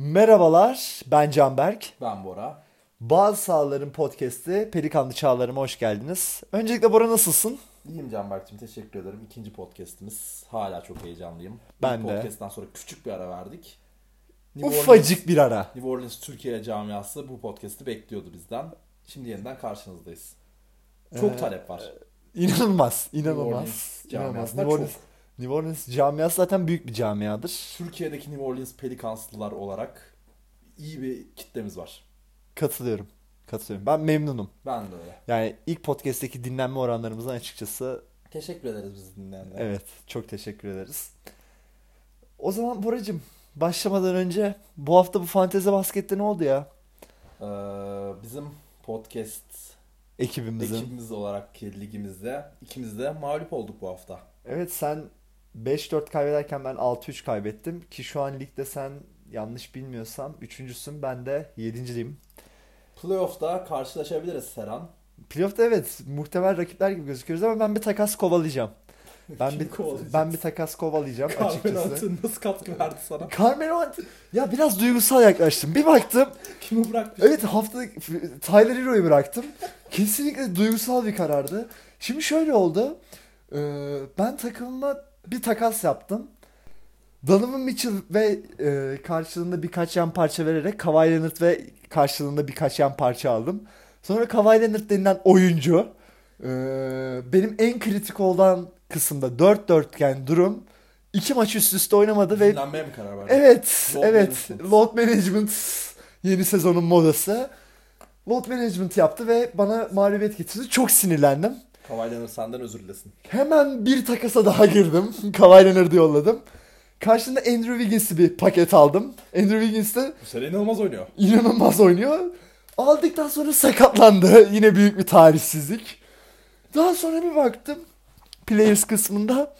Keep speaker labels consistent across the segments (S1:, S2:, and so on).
S1: Merhabalar, ben Canberk.
S2: Ben Bora.
S1: Bazı Sağlar'ın podcast'i Pelikanlı Çağlar'ıma hoş geldiniz. Öncelikle Bora nasılsın?
S2: İyiyim Canberk'cim teşekkür ederim. İkinci podcastimiz. Hala çok heyecanlıyım.
S1: Ben
S2: İlk
S1: de.
S2: Podcast'tan sonra küçük bir ara verdik. Orleans,
S1: Ufacık bir ara.
S2: New Orleans Türkiye camiası bu podcast'i bekliyordu bizden. Şimdi yeniden karşınızdayız. Çok
S1: Ee,
S2: talep var.
S1: İnanılmaz,
S2: New
S1: inanılmaz.
S2: Orleans
S1: inanılmaz.
S2: camiasında
S1: New Orleans,
S2: çok.
S1: New Orleans camiası zaten büyük bir camiadır.
S2: Türkiye'deki New Orleans Pelicanslılar olarak iyi bir kitlemiz var.
S1: Katılıyorum, katılıyorum. Ben memnunum.
S2: Ben de öyle.
S1: Yani ilk podcast'teki dinlenme oranlarımızdan açıkçası
S2: Teşekkür ederiz bizi dinleyenlere.
S1: evet çok teşekkür ederiz. O zaman Boracım başlamadan önce bu hafta bu fantezi baskette ne oldu ya?
S2: Ee, bizim podcast
S1: Ekibimizin.
S2: ekibimiz olarak ki ligimizde ikimiz de mağlup olduk bu hafta.
S1: Evet sen 5-4 kaybederken ben 6-3 kaybettim ki şu an ligde sen yanlış bilmiyorsam üçüncüsün ben de yedinciyim.
S2: Playoff'ta karşılaşabiliriz Serhan.
S1: Playoff'ta evet muhtemel rakipler gibi gözüküyoruz ama ben bir takas kovalayacağım. Ben
S2: Kim
S1: bir
S2: kovalayacak?
S1: ben bir takas kovalayacağım açıkçası.
S2: Kahveratı nasıl katkı verdi sana?
S1: Carmelo Ant- ya biraz duygusal yaklaştım. Bir baktım
S2: Kimi bıraktı?
S1: evet haftalık Tyler Hero'yu bıraktım. Kesinlikle duygusal bir karardı. Şimdi şöyle oldu. Ee, ben takımıma bir takas yaptım. Donovan Mitchell ve e, karşılığında birkaç yan parça vererek Kawhi Leonard ve karşılığında birkaç yan parça aldım. Sonra Kawhi Leonard denilen oyuncu e, benim en kritik olan kısımda 4-4'ken durum iki maç üst üste oynamadı ve
S2: Dinlenmeye mi karar verdi?
S1: Evet,
S2: Hani Load
S1: evet.
S2: management.
S1: Load management yeni sezonun modası. Load management yaptı ve bana mağlubiyet getirdi. Çok sinirlendim.
S2: Kawhi Leonard senden özür dilesin.
S1: Hemen bir takasa daha girdim. Kawhi Leonard'ı yolladım. Karşında Andrew Wiggins'i bir paket aldım. Andrew Wiggins de
S2: Bu sene inanılmaz oynuyor.
S1: inanılmaz oynuyor. Aldıktan sonra sakatlandı. Yine büyük bir talihsizlik. Daha sonra bir baktım players kısmında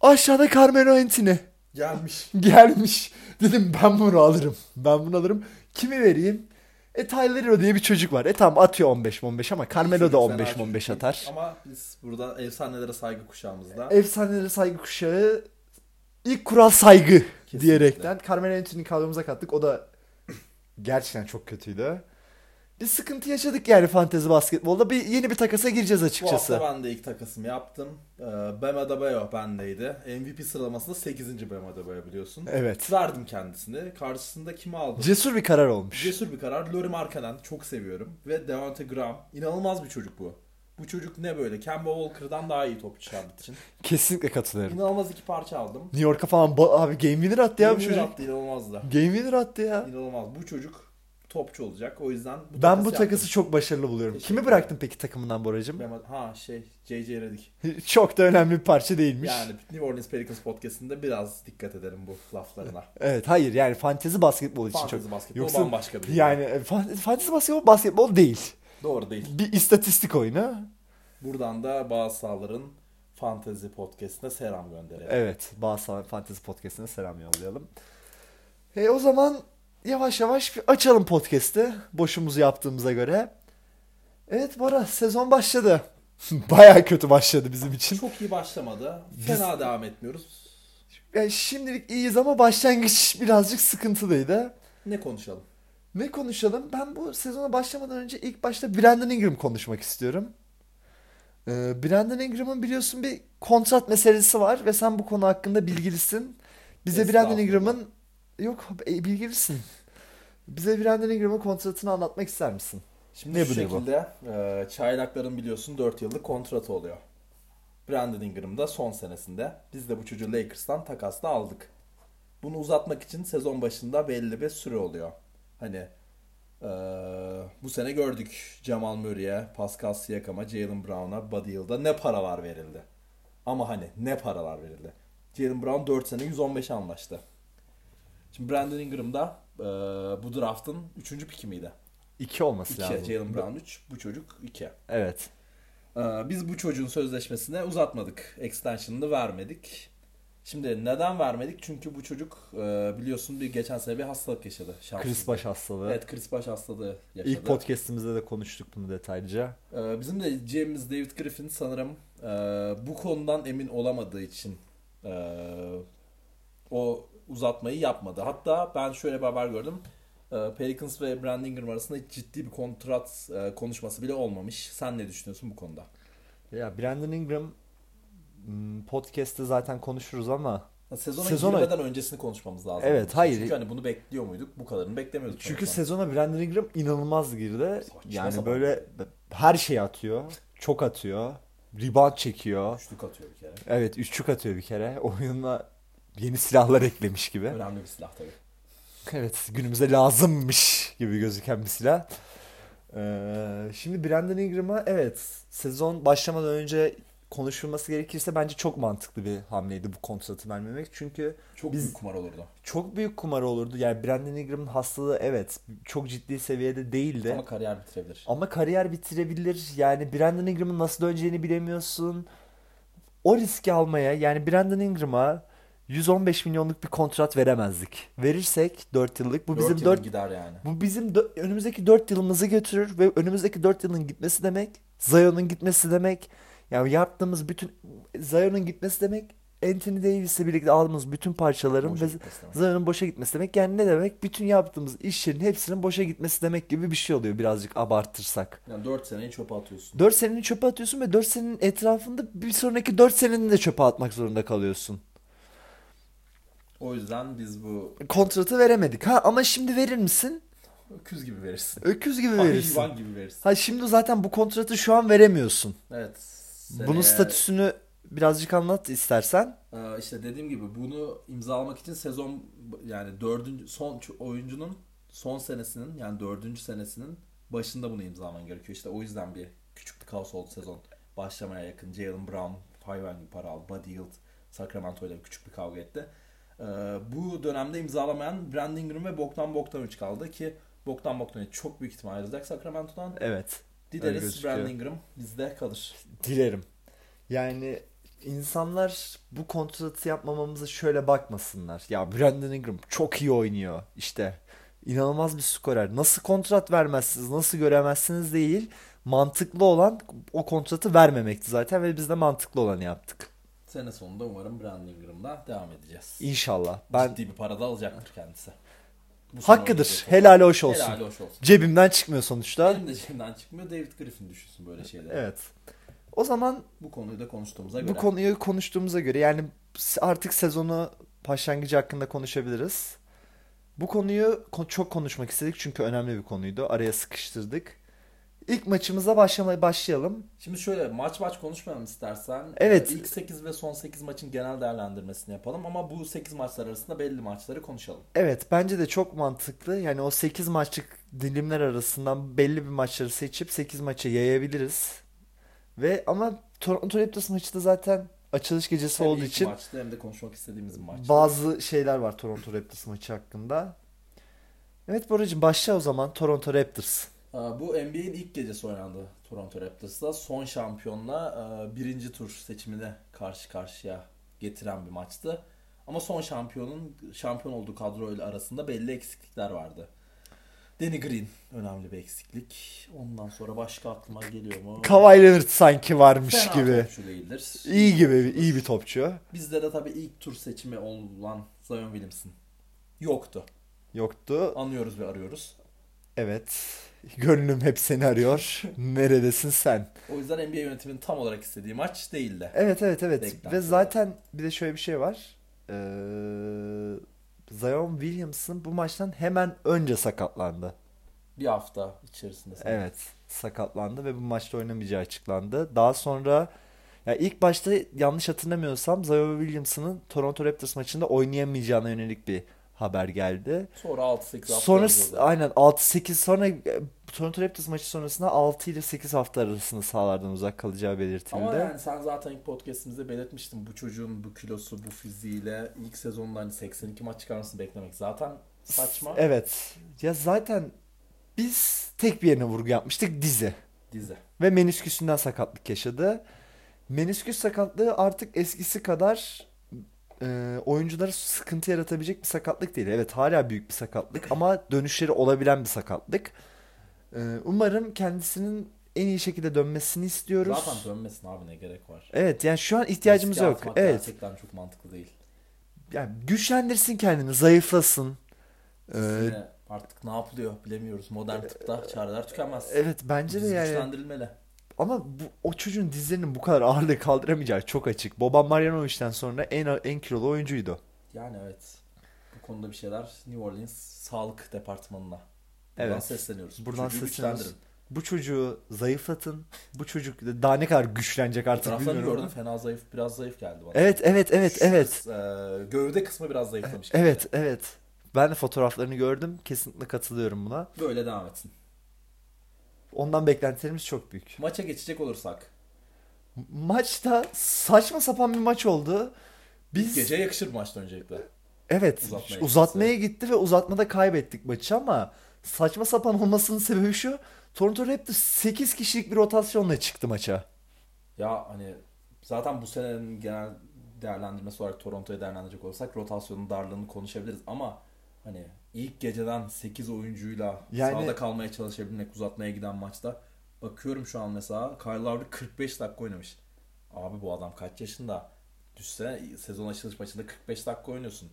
S1: aşağıda Carmelo Anthony
S2: Gelmiş.
S1: gelmiş. Dedim ben bunu alırım. Ben bunu alırım. Kimi vereyim? E Tyler Hero diye bir çocuk var. E tamam atıyor 15-15 ama Carmelo da
S2: Çocuk fena çocuk
S1: 15-15
S2: değil.
S1: atar.
S2: Ama biz burada efsanelere saygı kuşağımızda
S1: Efsanelere saygı kuşağı ilk kural saygı
S2: Kesinlikle.
S1: diyerekten Carmelo Anthony'yi kadromuza kattık. O da gerçekten çok kötüydü. Bir sıkıntı yaşadık yani fantezi basketbolda. Bir yeni bir takasa gireceğiz
S2: bu hafta
S1: açıkçası.
S2: ben de ilk takasımı yaptım. Ee, Bam Adebayo bendeydi. MVP sıralamasında 8. Bam Adebayo biliyorsun.
S1: Evet.
S2: Verdim kendisini. Karşısında kimi aldım?
S1: Cesur bir karar olmuş.
S2: Cesur bir karar. Laurie Markkanen çok seviyorum. Ve Devante Graham. inanılmaz bir çocuk bu. Bu çocuk ne böyle? Kemba Walker'dan daha iyi topçu Charlotte için.
S1: Kesinlikle katılıyorum.
S2: İnanılmaz iki parça aldım.
S1: New York'a falan ba- abi game winner attı ya bu
S2: Yemin
S1: çocuk.
S2: attı inanılmaz da.
S1: Game winner attı ya.
S2: İnanılmaz. Bu çocuk topçu olacak. O yüzden bu
S1: Ben bu
S2: takası
S1: takası çok başarılı buluyorum.
S2: Teşekkür
S1: Kimi
S2: ederim.
S1: bıraktın peki takımından Boracığım?
S2: yaptım. Ben- Ha şey JJ Redick.
S1: Çok da önemli bir parça değilmiş.
S2: Yani New Orleans Pelicans podcast'inde biraz dikkat edelim bu laflarına.
S1: Evet hayır yani fantezi basketbol için çok.
S2: Fantezi basketbol
S1: Yoksa-
S2: bambaşka bir şey.
S1: Yani e, fan- fantezi basketbol basketbol değil.
S2: Doğru değil.
S1: Bir istatistik oyunu.
S2: Buradan da bazı sahaların fantezi podcast'ine selam gönderelim.
S1: Evet Bağsan Fantezi Podcast'ine selam yollayalım. E, o zaman yavaş yavaş bir açalım podcast'i. Boşumuzu yaptığımıza göre. Evet Bora sezon başladı. Baya kötü başladı bizim için.
S2: Çok iyi başlamadı. Fena devam etmiyoruz.
S1: Yani E, şimdilik iyiyiz ama başlangıç birazcık sıkıntılıydı.
S2: Ne konuşalım?
S1: Ne konuşalım? Ben bu sezona başlamadan önce ilk başta Brandon Ingram konuşmak istiyorum. Ee, Brandon Ingram'ın biliyorsun bir kontrat meselesi var ve sen bu konu hakkında bilgilisin. Bize Brandon
S2: Estağfurullah.
S1: Ingram'ın yok e, bilgilisin. Bize Brandon Ingram'ın kontratını anlatmak ister misin?
S2: Şimdi
S1: Ne
S2: şu
S1: bu ne bu?
S2: şekilde e, çaylakların biliyorsun 4 yıllık kontratı oluyor. Brandon Ingram da son senesinde. Biz de bu çocuğu Lakers'tan takasla aldık. Bunu uzatmak için sezon başında belli bir süre oluyor. Hani e, bu sene gördük Jamal Murray'e, Pascal Siakam'a, Jalen Brown'a, Buddy Hield'a ne paralar verildi. Ama hani ne paralar verildi. Jalen Brown 4 sene 115 anlaştı. Şimdi Brandon Ingram da e, bu draft'ın 3. piki miydi?
S1: 2 olması
S2: 2.
S1: lazım.
S2: Jalen Brown 3. Bu çocuk 2.
S1: Evet.
S2: biz bu çocuğun sözleşmesine uzatmadık. Extension'ını vermedik. Şimdi neden vermedik? Çünkü bu çocuk e, biliyorsun bir geçen sene bir hastalık yaşadı. Şanssızlık.
S1: Chris Baş hastalığı.
S2: Evet Chris Baş hastalığı yaşadı.
S1: İlk podcast'imizde de konuştuk bunu detaylıca.
S2: E, bizim de James David Griffin sanırım e, bu konudan emin olamadığı için e, o uzatmayı yapmadı. Hatta ben şöyle bir haber gördüm. Ee, Pelicans ve Brandon Ingram arasında hiç ciddi bir kontrat e, konuşması bile olmamış. Sen ne düşünüyorsun bu konuda?
S1: Ya Brandon Ingram hmm, podcast'te zaten konuşuruz ama
S2: Sezona,
S1: Sezona-
S2: girmeden öncesini konuşmamız lazım.
S1: Evet, hayır.
S2: Çünkü hani bunu bekliyor muyduk? Bu kadarını beklemiyorduk.
S1: çünkü
S2: sonuçta.
S1: sezona Brandon Ingram inanılmaz girdi.
S2: Saçma
S1: Yani
S2: sapan.
S1: böyle her şeyi atıyor. Çok atıyor. Rebound çekiyor.
S2: Üçlük atıyor bir kere.
S1: Evet üçlük atıyor bir kere. Oyununa yeni silahlar eklemiş gibi.
S2: Önemli bir silah tabii.
S1: Evet günümüze lazımmış gibi gözüken bir silah. Ee, şimdi Brandon Ingram'a evet sezon başlamadan önce konuşulması gerekirse bence çok mantıklı bir hamleydi bu kontratı vermemek. Çünkü
S2: Çok
S1: Biz-
S2: büyük kumar olurdu.
S1: çok büyük kumar olurdu. Yani Brandon Ingram'ın hastalığı evet çok ciddi seviyede değildi.
S2: Ama kariyer bitirebilir.
S1: Ama kariyer bitirebilir. Yani Brandon Ingram'ın nasıl döneceğini bilemiyorsun. O riski almaya yani Brandon Ingram'a 115 milyonluk bir kontrat veremezdik. Verirsek 4 yıllık bu
S2: Dört
S1: bizim
S2: yılın
S1: 4
S2: gider yani.
S1: bu bizim dö- önümüzdeki 4 yılımızı götürür ve önümüzdeki 4 yılın gitmesi demek Zion'un gitmesi demek. Yani yaptığımız bütün Zion'un gitmesi demek Anthony Davis'le birlikte aldığımız bütün parçaların
S2: Boşa
S1: ve
S2: gitmesi demek.
S1: Zion'un boşa gitmesi demek. Yani ne demek? Bütün yaptığımız işlerin hepsinin boşa gitmesi demek gibi bir şey oluyor birazcık abartırsak.
S2: Yani 4 seneyi çöpe atıyorsun.
S1: 4 seneni çöpe atıyorsun ve 4 senenin etrafında bir sonraki 4 seneni de çöpe atmak zorunda kalıyorsun.
S2: O yüzden biz bu
S1: Kontratı veremedik. Ha ama şimdi verir misin?
S2: öküz gibi verirsin.
S1: Öküz gibi
S2: Verirsin.
S1: verirsin.
S2: Hayvan gibi verirsin.
S1: Ha şimdi zaten bu kontratı şu an veremiyorsun.
S2: Evet.
S1: Bunun
S2: seneye-
S1: statüsünü birazcık anlat istersen.
S2: Ee, işte dediğim gibi bunu imzalamak için sezon yani dördüncü son ç- oyuncunun son senesinin yani dördüncü senesinin başında bunu imzalaman gerekiyor. İşte o yüzden bir küçük bir kaos oldu sezon. Başlamaya yakın Jalen Brown hayvan gibi para aldı. Buddy Hield Sacramento ile küçük bir kavga etti. Ee, bu dönemde imzalamayan Brandon Ingram ve Bogdan Bogdanovic kaldı ki Bogdan Bogdanovic çok büyük ihtimal ayrılacak Sacramento'dan.
S1: Evet. Öyle
S2: Dileriz
S1: gözüküyor.
S2: Brandon Ingram bizde kalır.
S1: Dilerim. Yani insanlar bu kontratı yapmamamıza şöyle bakmasınlar. Ya Brandon Ingram çok iyi oynuyor işte. İnanılmaz bir skorer. Nasıl kontrat vermezsiniz, nasıl göremezsiniz değil. Mantıklı olan o kontratı vermemekti zaten ve biz de mantıklı olanı yaptık.
S2: Sene sonunda umarım Brandon Ingram'la devam edeceğız.
S1: İnşallah. Ben
S2: ciddi bir parada alacaktır kendisi. Bu sene
S1: hakkıdır.
S2: oynayacak.
S1: Helali hoş olsun.
S2: Helali hoş olsun.
S1: Cebimden çıkmıyor sonuçta.
S2: Benim de şeyimden çıkmıyor. David Griffin düşünsün böyle şeyleri.
S1: Evet. O zaman
S2: Bu konuyu da konuştuğumuza
S1: Bu
S2: göre.
S1: konuyu konuştuğumuza göre yani s- artık sezonu başlangıcı hakkında konuşabiliriz. Bu konuyu ko- çok konuşmak istedik çünkü önemli bir konuydu. Araya sıkıştırdık. İlk maçımıza başlamaya başlayalım.
S2: Şimdi şöyle maç maç konuşmayalım istersen.
S1: Evet.
S2: Ee, İlk 8 ve son 8 maçın genel değerlendirmesini yapalım ama bu 8 maçlar arasında belli maçları konuşalım.
S1: Evet bence de çok mantıklı. Yani o 8 maçlık dilimler arasından belli bir maçları seçip 8 maça yayabiliriz. Ve ama Toronto Raptors maçı da zaten açılış gecesi
S2: Hem
S1: olduğu
S2: ilk
S1: için
S2: maçta hem de konuşmak istediğimiz bir maç.
S1: Bazı şeyler var Toronto Raptors maçı hakkında. Evet Boracığım başla o zaman Toronto Raptors.
S2: Ee, Bu NBA'in ilk gecesi oynandı Toronto Raptors'la. Son şampiyonla e, birinci tur seçimine karşı karşıya getiren bir maçtı. Ama son şampiyonun şampiyon olduğu kadroyla arasında belli eksiklikler vardı. Danny Green önemli bir eksiklik. Ondan sonra başka aklıma geliyor mu?
S1: Kawhi Leonard sanki varmış
S2: Fena
S1: gibi.
S2: topçu değildir.
S1: İyi gibi, iyi bir topçu.
S2: Bizde de tabii ilk tur seçimi olan Zion Williamson yoktu.
S1: Yoktu.
S2: Anlıyoruz ve arıyoruz.
S1: Evet. Gönlüm hep seni arıyor. Neredesin sen?
S2: O yüzden NBA yönetiminin tam olarak istediği maç değildi.
S1: Evet evet evet.
S2: Beklenti
S1: Ve
S2: var.
S1: zaten bir de şöyle bir şey var. Ee, Zion Williamson bu maçtan hemen önce sakatlandı.
S2: Bir hafta içerisinde. sanırım.
S1: Evet sakatlandı ve bu maçta oynamayacağı açıklandı. Daha sonra ya ilk başta yanlış hatırlamıyorsam Zion Williamson'ın Toronto Raptors maçında oynayamayacağına yönelik bir haber geldi.
S2: Sonra 6-8 hafta
S1: Sonra
S2: oynadı.
S1: aynen 6-8 sonra e, Toronto Raptors maçı sonrasında 6 ile 8 hafta arasında sahalardan uzak kalacağı belirtildi.
S2: Ama yani sen zaten ilk podcastimizde belirtmiştin bu çocuğun bu kilosu, bu fiziğiyle ilk sezonda hani 82 maç çıkarmasını beklemek zaten saçma.
S1: Evet. Ya zaten biz tek bir yerine vurgu yapmıştık dizi.
S2: Dizi.
S1: ve menisküsünden sakatlık yaşadı. Menisküs sakatlığı artık eskisi kadar e, oyunculara sıkıntı yaratabilecek bir sakatlık değil. Evet hala büyük bir sakatlık ama dönüşleri olabilen bir sakatlık. E, umarım kendisinin en iyi şekilde dönmesini istiyoruz.
S2: Zaten dönmesin abi ne gerek var.
S1: Evet yani şu an ihtiyacımız
S2: Riske
S1: yok.
S2: atmak
S1: Evet.
S2: Gerçekten çok mantıklı değil.
S1: yani güçlendirsin kendini, zayıflasın. Ee,
S2: Yine artık ne yapılıyor bilemiyoruz. Modern tıpta çareler tükenmez.
S1: evet bence de
S2: Biz
S1: yani.
S2: Güçlendirilmeli.
S1: Ama bu, o çocuğun dizlerinin bu kadar ağırlığı kaldıramayacağı çok açık. Boban Marjanovic'den sonra en en kilolu oyuncuydu.
S2: Yani evet. Bu konuda bir şeyler New Orleans Sağlık Departmanı'na. Buradan
S1: Evet.
S2: sesleniyoruz. Bu
S1: Buradan
S2: çocuğu
S1: sesleniyoruz.
S2: güçlendirin.
S1: Bu çocuğu zayıflatın. Bu çocuk daha ne kadar güçlenecek artık
S2: Fotoğraflarını
S1: bilmiyorum.
S2: gördüm fena zayıf biraz zayıf geldi bana.
S1: Evet evet evet
S2: Şu
S1: evet.
S2: kız, e, gövde kısmı biraz zayıflamış. gibi.
S1: Evet evet. Ben de fotoğraflarını gördüm. Kesinlikle katılıyorum buna.
S2: Böyle devam etsin.
S1: Ondan beklentilerimiz çok büyük.
S2: Maça geçecek olursak.
S1: Maçta saçma sapan bir maç oldu. Biz
S2: Gece yakışır bu maçta öncelikle.
S1: evet
S2: uzatmaya gitti.
S1: uzatmaya gitti ve uzatmada kaybettik maçı ama saçma sapan olmasının sebebi şu. Toronto Raptors 8 kişilik bir rotasyonla çıktı maça.
S2: Ya hani zaten bu senenin genel değerlendirmesi olarak Toronto'ya değerlendirecek olursak rotasyonun darlığını konuşabiliriz ama hani ilk geceden 8 oyuncuyla
S1: Yani-
S2: sahada kalmaya çalışabilmek uzatmaya giden maçta bakıyorum şu an mesela Kyle Lowry 45 dakika oynamış. Abi bu adam kaç yaşında? Düşse sezon açılış maçında 45 dakika oynuyorsun.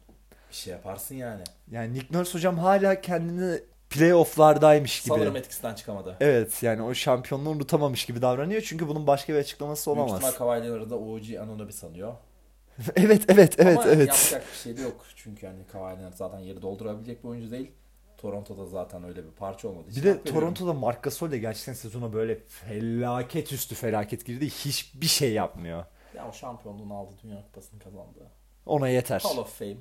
S2: Bir şey yaparsın yani.
S1: Yani Nick Nurse hocam hala kendini playofflardaymış gibi.
S2: Sanırım etkisinden çıkamadı.
S1: Evet yani o şampiyonluğu unutamamış gibi davranıyor çünkü bunun başka bir açıklaması
S2: Büyük
S1: olamaz.
S2: ihtimal Kawhi Leonard'ı OG Anunoby sanıyor.
S1: evet evet evet
S2: Ama
S1: evet.
S2: yapacak bir şey de yok. Çünkü hani Kawhi Leonard zaten yeri doldurabilecek bir oyuncu değil. Toronto'da zaten öyle bir parça olmadı.
S1: Bir de Toronto'da Marc Gasol de gerçekten sezona böyle felaket üstü felaket girdi. Hiçbir şey yapmıyor.
S2: Ya o şampiyonluğunu aldı. Dünya Kupası'nı kazandı.
S1: Ona yeter.
S2: Hall of Fame.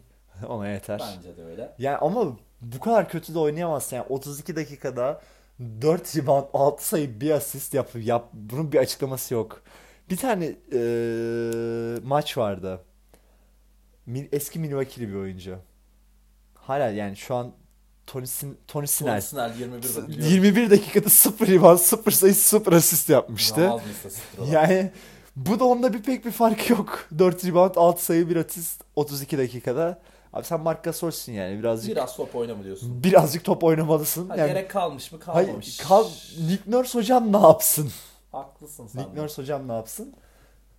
S1: Ona yeter.
S2: Bence de öyle.
S1: Yani ama bu kadar kötü de oynayamazsın. Yani 32 dakikada 4 rebound, 6 sayı, 1 asist yap, yap. Bunun bir açıklaması yok. Bir tane eee, maç vardı. Mil- Eski Milwaukee'li bir oyuncu. Hala yani şu an Tony, Sin- Tony Snell.
S2: Tony Snell 21'de biliyorum.
S1: 21 dakikada 0 rebound, 0 sayı, 0 asist yapmıştı.
S2: İnanılmaz bir istatistik olarak.
S1: Yani bu da onda bir pek bir fark yok. 4 rebound, 6 sayı, 1 asist 32 dakikada. Abi sen Marc Gasol'sun yani birazcık
S2: Biraz top oyna mı diyorsun?
S1: birazcık top oynamalısın.
S2: Ha,
S1: yani
S2: gerek kalmış mı
S1: hayır,
S2: kalmamış.
S1: kal Nick Nurse hocam ne yapsın?
S2: Haklısın sen.
S1: Nick
S2: de.
S1: Nurse hocam ne yapsın?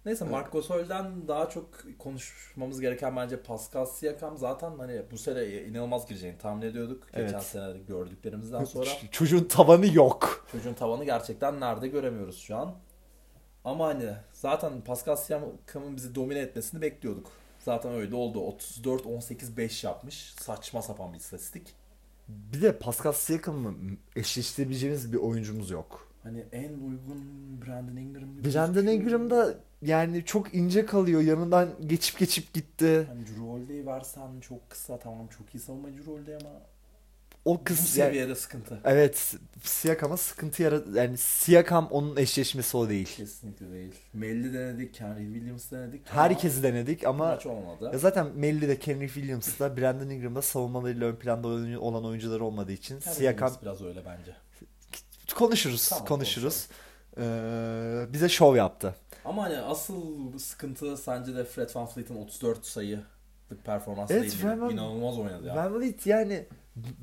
S2: Neyse Marc Gasol'den daha çok konuşmamız gereken bence Pascal Siakam zaten hani bu sene inanılmaz gireceğini tahmin ediyorduk. Geçen
S1: Evet.
S2: sene gördüklerimizden sonra.
S1: Ç- Çocuğun tavanı yok.
S2: Çocuğun tavanı gerçekten nerede göremiyoruz şu an. Ama hani zaten Pascal Siakam'ın bizi domine etmesini bekliyorduk. Zaten öyle oldu. 34-18-5 yapmış. Saçma sapan bir istatistik.
S1: Bir de Pascal Siakam'ı eşleştirebileceğimiz bir oyuncumuz yok.
S2: Hani en uygun Brandon Ingram gibi. şey
S1: Brandon
S2: gözüküyor.
S1: Ingram da yani çok ince kalıyor. Yanından geçip geçip gitti.
S2: Hani Drew Holiday'i versen çok kısa tamam çok iyi savunmacı Drew Holiday ama
S1: O
S2: bu
S1: kız yani-
S2: seviyede sıkıntı.
S1: Evet, Siakam'a sıkıntı yarat yani Siakam onun eşleşmesi o değil.
S2: Kesinlikle değil. Melli denedik, Henry Williams denedik. ama
S1: Herkesi denedik ama
S2: maç olmadı.
S1: ya zaten Melli de Kenry Williams'da Brandon Ingram'da savunmalarıyla ön planda oyun- olan oyuncular olmadığı için
S2: Henry
S1: Siakam
S2: Williams biraz öyle bence.
S1: konuşuruz,
S2: Tamam,
S1: konuşuruz. Ee, bize şov yaptı.
S2: Ama hani asıl bu sıkıntı sence de Fred Van Fleet'in 34 sayılık performansı
S1: Evet,
S2: değil.
S1: Fred Van-
S2: İnanılmaz oynadı ya.
S1: Van Vliet yani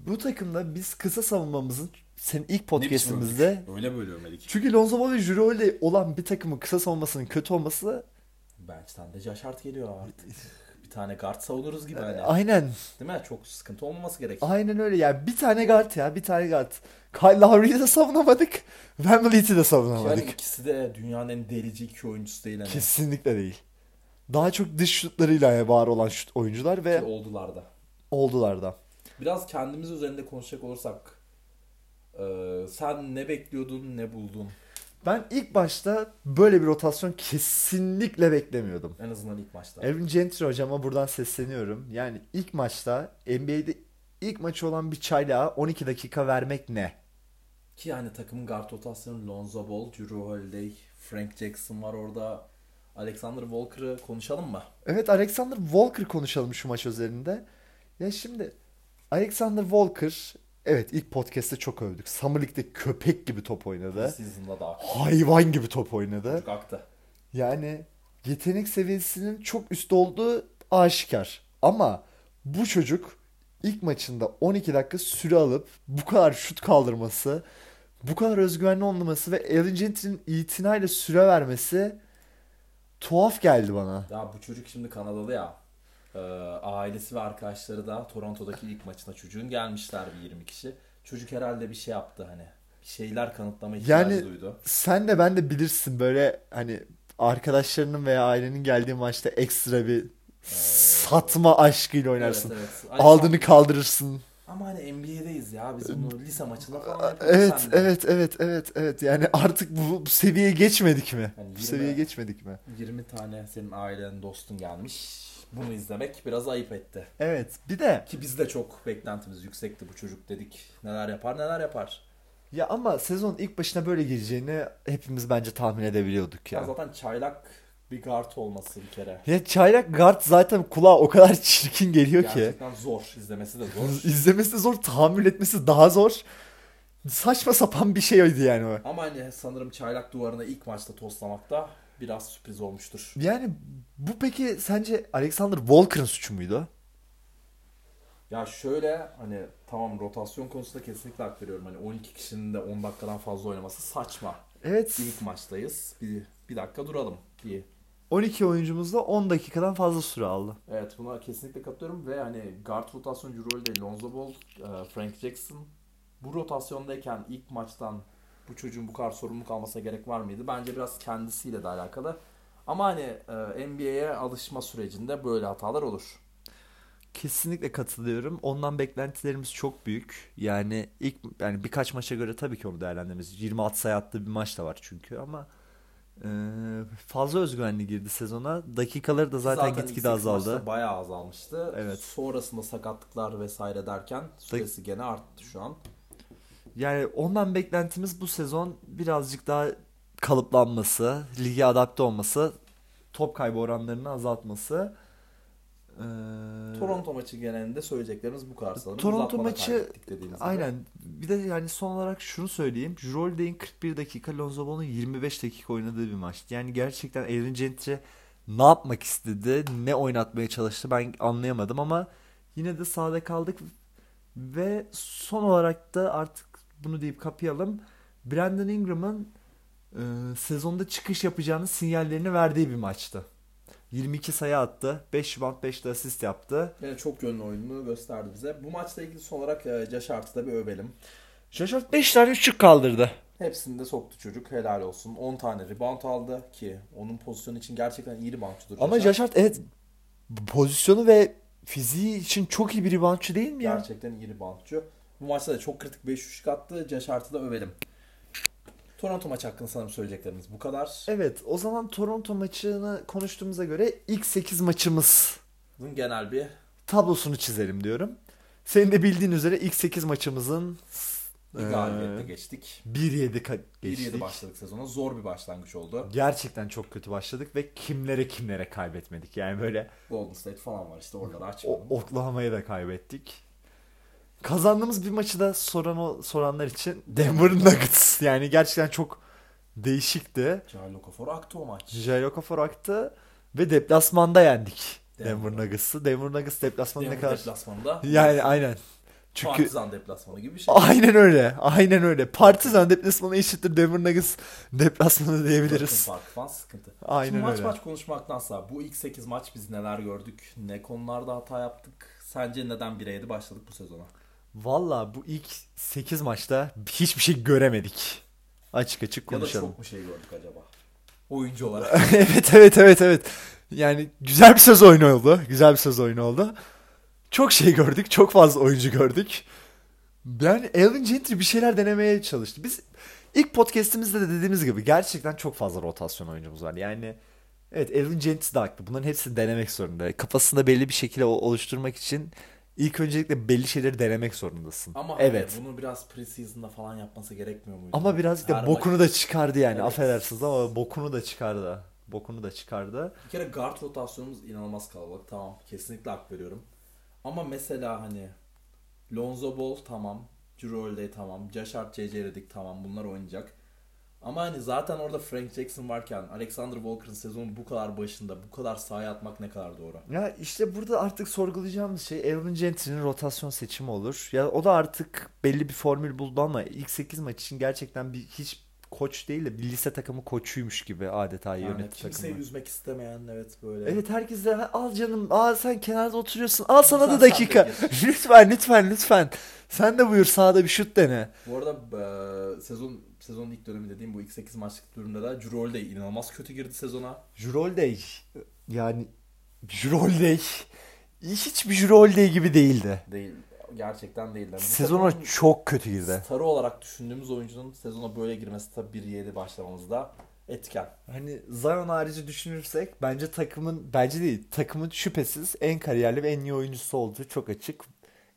S1: bu takımda biz kısa savunmamızın senin ilk
S2: Ne biçim
S1: podcast'imizde
S2: övmüş? Öyle böyle övmedik.
S1: çünkü Lonzo Ball ve Jrue Holiday olan bir takımın kısa savunmasının kötü olması
S2: Bench'ten de Jaşart geliyor artık. bir tane guard savunuruz gibi hani.
S1: aynen
S2: Değil mi? Çok sıkıntı olmaması gerek.
S1: Aynen öyle yani bir tane guard ya bir tane guard. Kyle Lowry'yi de savunamadık. Van Vliet'i de
S2: Yani
S1: savunamadık.
S2: ikisi de dünyanın en delici iki oyuncusu değil. Hani.
S1: Kesinlikle değil. Daha çok dış şutlarıyla yani var olan şut oyuncular
S2: Ki
S1: ve
S2: Oldular da.
S1: oldular da.
S2: Biraz kendimiz üzerinde konuşacak olursak. eee, sen ne bekliyordun, ne buldun?
S1: Ben ilk başta böyle bir rotasyon kesinlikle beklemiyordum.
S2: En azından ilk maçta.
S1: Elvin Gentry hocama buradan sesleniyorum. Yani ilk maçta NBA'de ilk maçı olan bir çayla 12 dakika vermek ne?
S2: Ki yani takımın guard rotasyonu Lonzo Ball, Drew Holiday, Frank Jackson var orada. Alexander Walker'ı konuşalım mı?
S1: Evet Alexander Walker konuşalım şu maç özelinde. Ya şimdi Alexander Walker evet ilk podcast'te çok övdük. Summer League'de köpek gibi top oynadı.
S2: Season'da daha
S1: Hayvan gibi top oynadı.
S2: çocuk aktı.
S1: Yani yetenek seviyesinin çok üstte olduğu aşikar. Ama bu çocuk ilk maçında 12 dakika süre alıp bu kadar şut kaldırması, bu kadar özgüvenli olması ve Allen Gentry'nin itinayla süre vermesi tuhaf geldi bana.
S2: Ya bu çocuk şimdi Kanadalı ya. Ee, ailesi ve arkadaşları da Toronto'daki ilk maçına çocuğun gelmişler bir 20 kişi. Çocuk herhalde bir şey yaptı hani. Bir şeyler kanıtlama ihtiyacı
S1: Yani-
S2: duydu.
S1: Sen de ben de bilirsin böyle hani arkadaşlarının veya ailenin geldiği maçta ekstra bir satma aşkıyla oynarsın.
S2: Ee, Evet, evet. Hani
S1: Aldığını kaldırırsın.
S2: Ama hani NBA'deyiz ya biz bunu lise maçında falan yapıyoruz
S1: Ee, Evet,
S2: sen de.
S1: evet, evet, evet, evet. Yani artık bu, bu seviyeye geçmedik mi?
S2: Yani
S1: Bu
S2: yine
S1: seviyeye
S2: de-
S1: geçmedik mi?
S2: 20 tane senin ailen dostun gelmiş. Bunu izlemek biraz ayıp etti.
S1: Evet. Bir de
S2: Ki biz de çok beklentimiz yüksekti bu çocuk dedik. Neler yapar neler yapar.
S1: ya ama sezon ilk başına böyle gireceğini hepimiz bence tahmin edebiliyorduk
S2: Ya
S1: ya.
S2: zaten çaylak bir guard olması bir kere.
S1: Ya çaylak guard zaten kulağa o kadar çirkin geliyor ki.
S2: Gerçekten zor. izlemesi de zor.
S1: İzlemesi de zor, tahammül etmesi daha zor. Saçma sapan bir şeydi yani o.
S2: Ama hani sanırım çaylak duvarına ilk maçta toslamak da biraz sürpriz olmuştur.
S1: Yani bu peki sence Alexander Walker'ın suçu muydu?
S2: Ya şöyle hani tamam rotasyon konusunda kesinlikle hak veriyorum. Hani 12 kişinin de 10 dakikadan fazla oynaması saçma.
S1: Evet.
S2: İlk maçtayız. Bir, bir dakika duralım diye.
S1: 12 oyuncumuz da 10 dakikadan fazla süre aldı.
S2: Evet buna kesinlikle katılıyorum ve hani guard rotasyoncu rolde Lonzo Ball, e, Frank Jackson bu rotasyondayken ilk maçtan bu çocuğun bu kadar sorumluluk almasına gerek var mıydı? Bence biraz kendisiyle de alakalı. Ama hani NBA'ye alışma sürecinde böyle hatalar olur.
S1: Kesinlikle katılıyorum. Ondan beklentilerimiz çok büyük. Yani ilk yani birkaç maça göre tabii ki onu değerlendirmemiz. 26 sayı attığı bir maç da var çünkü ama e, fazla özgüvenli girdi sezona. Dakikaları da zaten, gitgide
S2: ilk sekiz
S1: azaldı.
S2: maçta Bayağı azalmıştı.
S1: Evet.
S2: Sonrasında sakatlıklar vesaire derken süresi gene arttı şu an.
S1: Yani ondan beklentimiz bu sezon birazcık daha kalıplanması, lige adapte olması, top kaybı oranlarını azaltması. Ee,
S2: Toronto maçı genelinde söyleyeceklerimiz bu kadar sanırım.
S1: Toronto
S2: Uzatmada
S1: maçı-
S2: kaybettik dediğimiz gibi.
S1: Aynen. Bir de yani son olarak şunu söyleyeyim. Rolde'in 41 dakika, Lonzo Ball'un 25 dakika oynadığı bir maçtı. Yani gerçekten Aaron Gentry ne yapmak istedi, ne oynatmaya çalıştı ben anlayamadım ama yine de sahada kaldık. Ve son olarak da artık bunu deyip kapayalım. Brandon Ingram'ın e, sezonda çıkış yapacağını sinyallerini verdiği bir maçtı. 22 sayı attı, 5 rebound, 5 de asist yaptı.
S2: Yani çok yönlü oyununu gösterdi bize. Bu maçla ilgili son olarak e, Caşart'ı da bir övelim.
S1: Şaşart 5 tane şık kaldırdı.
S2: Hepsini de soktu çocuk. Helal olsun. 10 tane rebound aldı ki onun pozisyonu için gerçekten iyi reboundçudur.
S1: Ama
S2: Josh Hart.
S1: Jaşart evet pozisyonu ve fiziği için çok iyi bir reboundçı değil mi ya?
S2: gerçekten iyi reboundçu. Bu maçta da çok kritik 5 üçlük attı. Caşart'ı da övelim. Toronto maçı hakkında sanırım söyleyeceklerimiz bu kadar.
S1: Evet o zaman Toronto maçını konuştuğumuza göre ilk 8 maçımız
S2: Bunun genel bir
S1: tablosunu çizelim diyorum. Senin de bildiğin üzere ilk 8 maçımızın
S2: bir galibiyetle geçtik.
S1: 1-7 ka-
S2: 1-7
S1: Ee, geçtik.
S2: başladık sezona. Zor bir başlangıç oldu.
S1: Gerçekten çok kötü başladık ve kimlere kimlere kaybetmedik. Yani böyle
S2: Golden State falan var işte orada da
S1: o-
S2: açmadım.
S1: Oklahoma'yı da kaybettik. Kazandığımız bir maçı da soran o, soranlar için Denver Nuggets. Yani gerçekten çok değişikti.
S2: Jair Okafor aktı o maç.
S1: Jair Okafor aktı ve deplasmanda yendik.
S2: Denver.
S1: Denver Nuggets'ı. Denver Nuggets deplasmanı ne
S2: Denver
S1: kadar...
S2: deplasmanında.
S1: Yani aynen. Çünkü
S2: Partizan deplasmanı gibi bir şey.
S1: aynen öyle. Aynen öyle. Partizan deplasmanı eşittir Denver Nuggets deplasmanı diyebiliriz.
S2: Farkı falan sıkıntı.
S1: Aynen
S2: Şimdi maç
S1: öyle.
S2: maç konuşmaktansa bu ilk 8 maç biz neler gördük? Ne konularda hata yaptık? Sence neden 1'e 7 başladık bu sezona?
S1: Valla bu ilk 8 maçta hiçbir şey göremedik. Açık açık
S2: Ya da
S1: konuşalım.
S2: çok mu şey gördük acaba? Oyuncu olarak.
S1: evet evet evet evet. Yani güzel bir söz oyunu oldu. Güzel bir söz oyunu oldu. Çok şey gördük. Çok fazla oyuncu gördük. Yani Alvin Gentry bir şeyler denemeye çalıştı. Biz ilk podcast'imizde de dediğimiz gibi gerçekten çok fazla rotasyon oyuncumuz var. Yani evet Alvin Gentry de haklı. Bunların hepsini denemek zorunda. Kafasında belli bir şekilde o- oluşturmak için ilk öncelikle belli şeyleri denemek zorundasın.
S2: Ama hani
S1: evet.
S2: bunu biraz pre-season'da falan yapması gerekmiyor muydu?
S1: Ama birazcık da
S2: Her
S1: bokunu da çıkardı yani.
S2: Evet.
S1: Affedersiniz ama bokunu da çıkardı. Bokunu da çıkardı.
S2: Bir kere guard rotasyonumuz inanılmaz kalabalık. Tamam kesinlikle hak veriyorum. Ama mesela hani Lonzo Ball tamam. Drew Holiday tamam. Josh Hart, JJ Redick tamam. Bunlar oynayacak. Ama hani zaten orada Frank Jackson varken Alexander Walker'ın sezonun bu kadar başında bu kadar sahaya atmak ne kadar doğru.
S1: Ya işte burada artık sorgulayacağımız şey Alvin Gentry'nin rotasyon seçimi olur. Ya o da artık belli bir formül buldu ama ilk 8 maç için gerçekten bir hiç koç değil de bir lise takımı koçuymuş gibi adeta
S2: Yani
S1: yönetti
S2: kimseyi
S1: takımı.
S2: üzmek istemeyen evet böyle.
S1: Evet herkes de "Ha, al canım al sen kenarda oturuyorsun al sana
S2: Sen-
S1: da
S2: sen
S1: dakika.
S2: de
S1: lütfen lütfen lütfen. Sen de buyur sahada bir şut dene.
S2: Bu arada e, sezon sezonun ilk dönemi dediğim bu ilk 8 maçlık durumda da Jurol de inanılmaz kötü girdi sezona.
S1: Juroldey yani Juroldey hiçbir Juroldey gibi değildi.
S2: Değil. Gerçekten değiller. Bu takımın
S1: Sezona çok kötü girdi.
S2: Starı olarak düşündüğümüz oyuncunun sezona böyle girmesi tabii 1-7 başlamamızda etken.
S1: Hani Zion harici düşünürsek bence takımın bence değil takımın şüphesiz en kariyerli ve en iyi oyuncusu olduğu çok açık.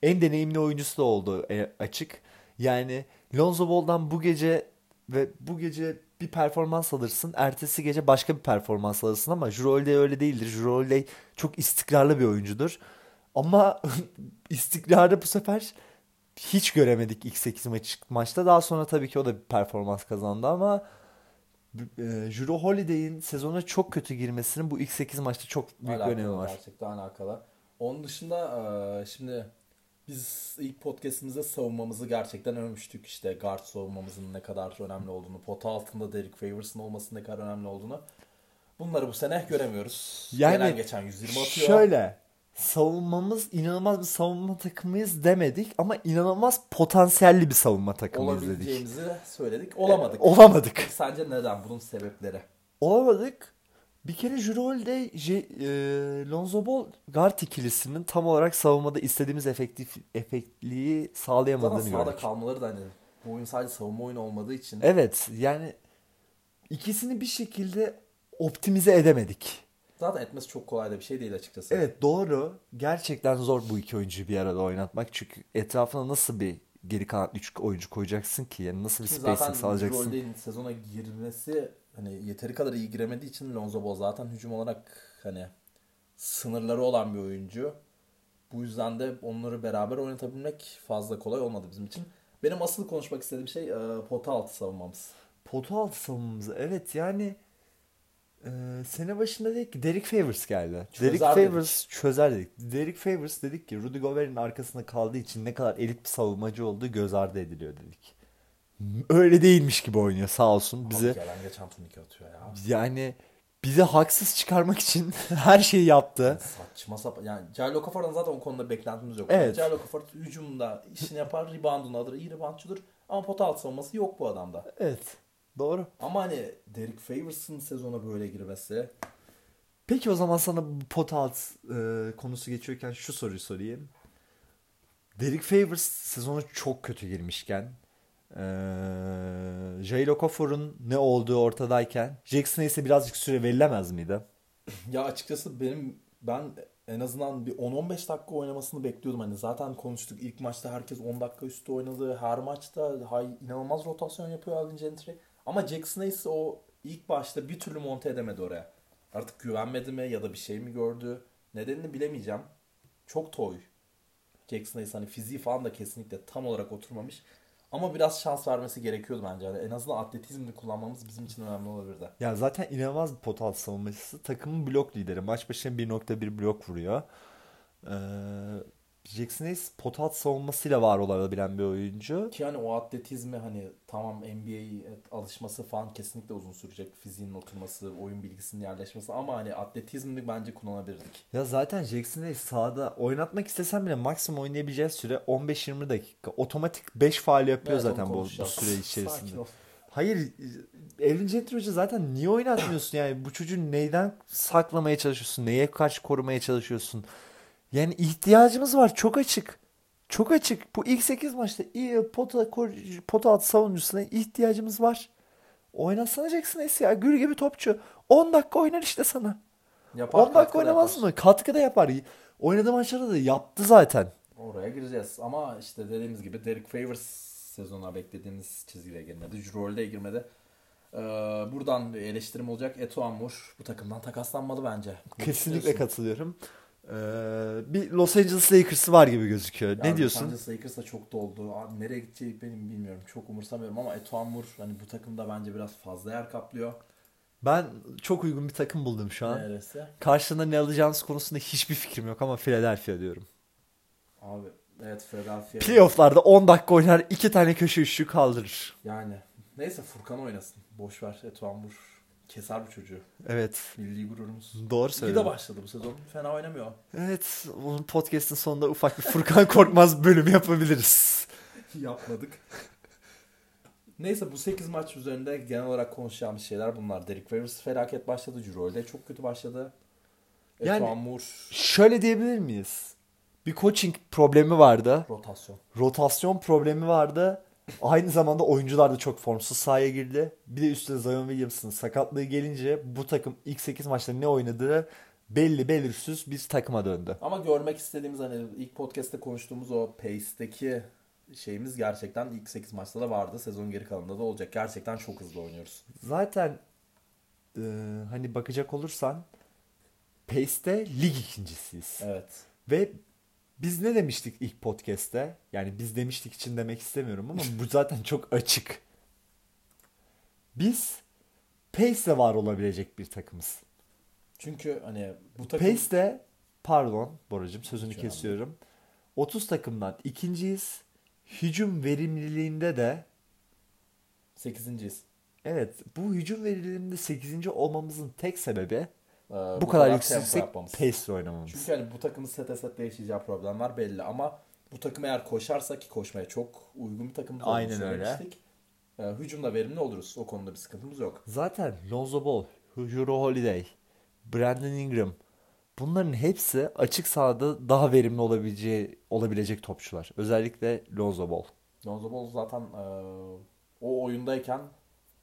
S1: En deneyimli oyuncusu da olduğu e, açık. Yani Lonzo Ball'dan bu gece ve bu gece bir performans alırsın. Ertesi gece başka bir performans alırsın ama Jrue öyle değildir. Jrue çok istikrarlı bir oyuncudur. Ama istikrarı bu sefer hiç göremedik ilk 8 maç, maçta. Daha sonra tabii ki o da bir performans kazandı ama e, Juro Holiday'in sezona çok kötü girmesinin bu ilk 8 maçta çok büyük
S2: Alakalı,
S1: önemi var.
S2: Gerçekten alakalı. Onun dışında e, şimdi biz ilk podcastimizde savunmamızı gerçekten övmüştük. İşte guard savunmamızın ne kadar önemli olduğunu, pota altında Derek Favors'ın olması ne kadar önemli olduğunu. Bunları bu sene göremiyoruz.
S1: Yani
S2: Gelen geçen 120 atıyor.
S1: Şöyle savunmamız inanılmaz bir savunma takımıyız demedik ama inanılmaz potansiyelli bir savunma takımıyız dedik. E,
S2: olabileceğimizi söyledik. Olamadık.
S1: Olamadık.
S2: Sence neden? Bunun sebepleri.
S1: Olamadık. Bir kere Jurolde e, Lonzo Ball guard ikilisinin tam olarak savunmada istediğimiz efektif efektliği
S2: Zaten
S1: sağlayamadığını
S2: sahada
S1: gördük.
S2: kalmaları da hani bu oyun sadece savunma oyunu olmadığı için
S1: Evet yani ikisini bir şekilde optimize edemedik.
S2: zaten etmesi çok kolay da bir şey değil açıkçası.
S1: Evet doğru. Gerçekten zor bu iki oyuncuyu bir arada oynatmak. Çünkü etrafına nasıl bir geri kalan üç oyuncu koyacaksın ki? Yani nasıl bir
S2: Ki
S1: spacing
S2: zaten
S1: sağlayacaksın?
S2: Rolde'nin sezona girmesi hani yeteri kadar iyi giremediği için Lonzo Ball zaten hücum olarak hani sınırları olan bir oyuncu. Bu yüzden de onları beraber oynatabilmek fazla kolay olmadı bizim için. Benim asıl konuşmak istediğim şey e, pota altı savunmamız.
S1: Potu altı savunmamız. Evet yani e, sene başında dedik ki Derek Favors geldi.
S2: Çözer
S1: Derek
S2: dedik.
S1: Favors çözer dedik. Derek Favors dedik ki Rudy Gobert'in arkasında kaldığı için ne kadar elit bir savunmacı olduğu göz ardı ediliyor dedik. Öyle değilmiş gibi oynuyor sağ olsun bize.
S2: Abi gelen geçen turnike atıyor ya.
S1: Yani bizi haksız çıkarmak için her şeyi yaptı.
S2: Saçma sapan. Yani Jailo Okafor'dan zaten o konuda beklentimiz yok.
S1: Evet.
S2: Jailo Okafor hücumda işini yapar, reboundunu alır, iyi reboundçudur. Ama pota altı savunması yok bu adamda.
S1: Evet. Doğru.
S2: Ama hani Derek Favors'ın sezona böyle girmesi
S1: Peki o zaman sana bu pot alt e, konusu geçiyorken şu soruyu sorayım. Derek Favors sezonu çok kötü girmişken e, Jail Okafor'un ne olduğu ortadayken Jackson'a ise birazcık süre verilemez miydi?
S2: Ya açıkçası benim ben en azından bir 10-15 dakika oynamasını bekliyordum. Hani zaten konuştuk ilk maçta herkes 10 dakika üstü oynadı. Her maçta hay, inanılmaz rotasyon yapıyor Alvin Gentry. Ama Jackson Hayes o ilk başta bir türlü monte edemedi oraya. Artık güvenmedi mi ya da bir şey mi gördü? Nedenini bilemeyeceğim. Çok toy. Jackson Hayes hani fiziği falan da kesinlikle tam olarak oturmamış. Ama biraz şans vermesi gerekiyordu bence. Yani en azından atletizmini kullanmamız bizim için önemli olabilirdi.
S1: Ya zaten inanılmaz bir pot altı savunmacısı. Takımın blok lideri. Maç başına 1.1 blok vuruyor. E, Jackson Hayes pot altı savunmasıyla var olabilen bir oyuncu.
S2: Ki hani o atletizmi hani tamam NBA alışması falan kesinlikle uzun sürecek. Fiziğinin oturması, oyun bilgisinin yerleşmesi ama hani atletizmini bence kullanabilirdik.
S1: Ya zaten Jackson'ı sahada oynatmak istesen bile maksimum oynayabileceği süre 15-20 dakika. Otomatik 5 faal yapıyor
S2: Evet,
S1: zaten
S2: onu
S1: bu, bu
S2: konuşacağız.
S1: süre içerisinde.
S2: Sakin ol.
S1: Hayır, Elvin Gentry Hoca zaten niye oynatmıyorsun yani? Bu çocuğu neyden saklamaya çalışıyorsun? Neye karşı korumaya çalışıyorsun? Yani ihtiyacımız var çok açık. Çok açık. Bu ilk 8 maçta iyi pota, kor- pota altı savunucusuna ihtiyacımız var. Oynasana Jackson Hayes ya. Gül gibi topçu. 10 dakika oynar işte sana.
S2: Yapar,
S1: 10 dakika
S2: katkı da
S1: oynamaz
S2: yapar.
S1: mı? Katkı da yapar. Oynadığı maçlarda da yaptı zaten.
S2: Oraya gireceğiz ama işte dediğimiz gibi Derek Favors sezona beklediğimiz çizgiye girmedi. Rolde girmedi. Ee, buradan bir eleştirim olacak. Eto Amur bu takımdan takaslanmalı bence. Ne
S1: Kesinlikle
S2: düşünüyorsun?
S1: katılıyorum. Ee, bir Los Angeles Lakers'ı var gibi gözüküyor.
S2: Yani
S1: ne diyorsun?
S2: Los Angeles Lakers da çok doldu. Abi nereye gideceği benim bilmiyorum. Çok umursamıyorum ama Etuan Mur hani bu takımda bence biraz fazla yer kaplıyor.
S1: Ben çok uygun bir takım buldum şu an.
S2: Neredeyse.
S1: Karşılığında ne alacağınız konusunda hiçbir fikrim yok ama Philadelphia diyorum.
S2: Abi evet Philadelphia.
S1: Playoff'larda 10 dakika oynar, 2 tane köşe üçlüğü kaldırır.
S2: Yani Neyse Furkan oynasın. Boş ver Etuan vur. Keser bu çocuğu.
S1: Evet.
S2: Milli gururumuz.
S1: Doğru
S2: İyi de
S1: söylüyorsun.
S2: başladı bu sezon. Fena oynamıyor.
S1: Evet. Bunun podcast'in sonunda ufak bir Furkan Korkmaz bölümü yapabiliriz.
S2: Yapmadık. Neyse bu 8 maç üzerinde genel olarak konuşacağımız şeyler bunlar. Derek Favors felaket başladı. Euroleague'de çok kötü başladı.
S1: Yani-
S2: Etuan Mur
S1: Şöyle diyebilir miyiz? Bir coaching problemi vardı.
S2: rotasyon.
S1: Rotasyon problemi vardı. Aynı zamanda oyuncular da çok formsuz sahaya girdi. Bir de üstüne Zion Williamson'ın sakatlığı gelince bu takım ilk 8 maçta ne oynadığı belli belirsiz bir takıma döndü.
S2: Ama görmek istediğimiz hani ilk podcast'te konuştuğumuz o pace'deki şeyimiz gerçekten ilk 8 maçta da vardı. Sezon geri kalanında da olacak. Gerçekten çok hızlı oynuyoruz.
S1: Zaten e, hani bakacak olursan Pace'te lig ikincisiyiz.
S2: Evet.
S1: Ve biz ne demiştik ilk podcast'te? Yani biz demiştik için demek istemiyorum ama bu zaten çok açık. Biz Pace'le var olabilecek bir takımız.
S2: Çünkü hani bu takım Şey
S1: Pace'de pardon Boracığım sözünü
S2: Hiç önemli
S1: kesiyorum. 30 takımdan ikinciyiz. Hücum verimliliğinde de
S2: 8.yiz.
S1: evet bu hücum verimliliğinde 8. olmamızın tek sebebi
S2: Ee,
S1: bu, kadar
S2: tempo
S1: yükseksek
S2: yapmamız.
S1: Pace'le oynamamız.
S2: Çünkü hani bu takımın sete setle yaşayacağı problemler belli ama bu takım eğer koşarsa ki koşmaya çok uygun bir takım olduğunu
S1: Aynen öyle.
S2: söylemiştik. Ee, hücumda verimli oluruz. O konuda bir sıkıntımız yok.
S1: Zaten Lonzo Ball, Hero Holiday, Brandon Ingram bunların hepsi açık sahada daha verimli olabileceği olabilecek topçular. Özellikle Lonzo Ball.
S2: Lonzo Ball zaten e, o oyundayken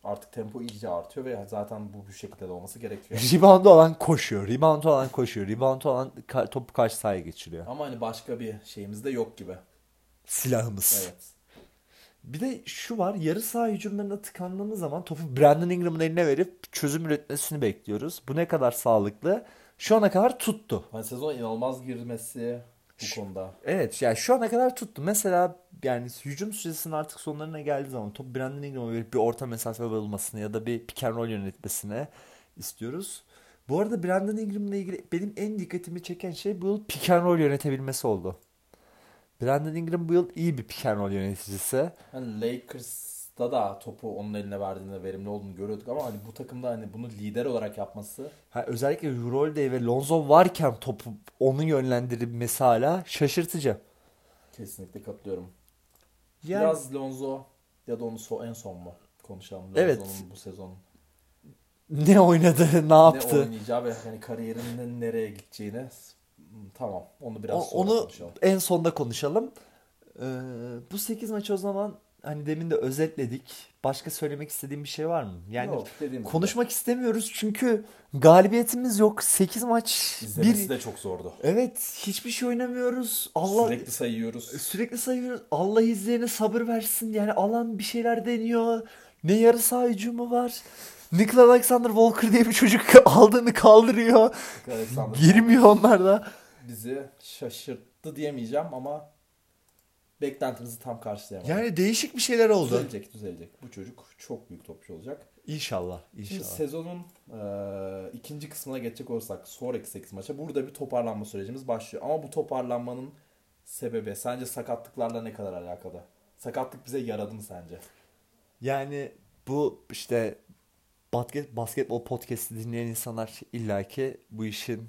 S2: artık tempo iyice artıyor ve zaten bu bir şekilde de olması gerekiyor.
S1: Rebound olan koşuyor, rebound olan koşuyor, rebound olan ka- topu karşı sahaya geçiriyor.
S2: ama hani başka bir şeyimiz de yok gibi.
S1: Silahımız.
S2: Evet.
S1: Bir de şu var yarı saha hücumlarına tıkandığımız zaman topu Brandon Ingram'ın eline verip çözüm üretmesini bekliyoruz. Bu ne kadar sağlıklı? Şu ana kadar tuttu.
S2: Hani sezona inanılmaz girmesi bu konuda.
S1: Evet yani şu ana kadar tuttu. Mesela yani hücum süresinin artık sonlarına geldiği zaman top Brandon Ingram'a verip bir orta mesafe bulmasını ya da bir pick and roll yönetmesini istiyoruz. Bu arada Brandon Ingram'la ilgili benim en dikkatimi çeken şey bu yıl pick and roll yönetebilmesi oldu. Brandon Ingram bu yıl iyi bir pick and roll yöneticisi.
S2: Hani Lakers'ta da topu onun eline verdiğinde verimli olduğunu görüyorduk ama hani bu takımda hani bunu lider olarak yapması
S1: Ha, özellikle Eurolde ve Lonzo varken topu onun yönlendirilmesi hala şaşırtıcı.
S2: kesinlikle katılıyorum.
S1: Yani
S2: Biraz Lonzo ya da onu so- en son mu konuşalım? Lonzo'nun
S1: Evet.
S2: bu sezon
S1: ne oynadı, ne
S2: ne
S1: yaptı?
S2: oynayacağı ve hani kariyerinin nereye gideceğini Hmm, tamam onu biraz
S1: O-
S2: sonra
S1: onu
S2: konuşalım.
S1: en sonda konuşalım. Ee, bu 8 maçı o zaman hani demin de özetledik. Başka söylemek istediğim bir şey var mı? Yani
S2: Yok, dediğim gibi.
S1: konuşmak istemiyoruz çünkü galibiyetimiz yok. 8 maç
S2: İzlemesi
S1: bir
S2: de çok zordu.
S1: Evet, hiçbir şey oynamıyoruz. Allah
S2: Sürekli sayıyoruz.
S1: Sürekli sayıyoruz. Allah izleyene sabır versin. Yani alan bir şeyler deniyor. Ne yarı saha hücumu var. Nikola Alexander Walker diye bir çocuk aldığını kaldırıyor.
S2: Alexander
S1: Girmiyor onlar da.
S2: bizi şaşırttı diyemeyeceğim ama beklentimizi tam karşılayamadı.
S1: Yani değişik bir şeyler oldu.
S2: düzelecek düzelecek. Bu çocuk çok büyük topçu olacak.
S1: İnşallah.
S2: Şimdi
S1: inşallah.
S2: sezonun eee, ikinci kısmına geçecek olursak sonraki 8 maça burada bir toparlanma sürecimiz başlıyor. Ama bu toparlanmanın sebebi sence sakatlıklarla ne kadar alakalı? Sakatlık bize yaradı mı sence?
S1: Yani bu işte basket, basketbol podcast'i dinleyen insanlar illaki bu işin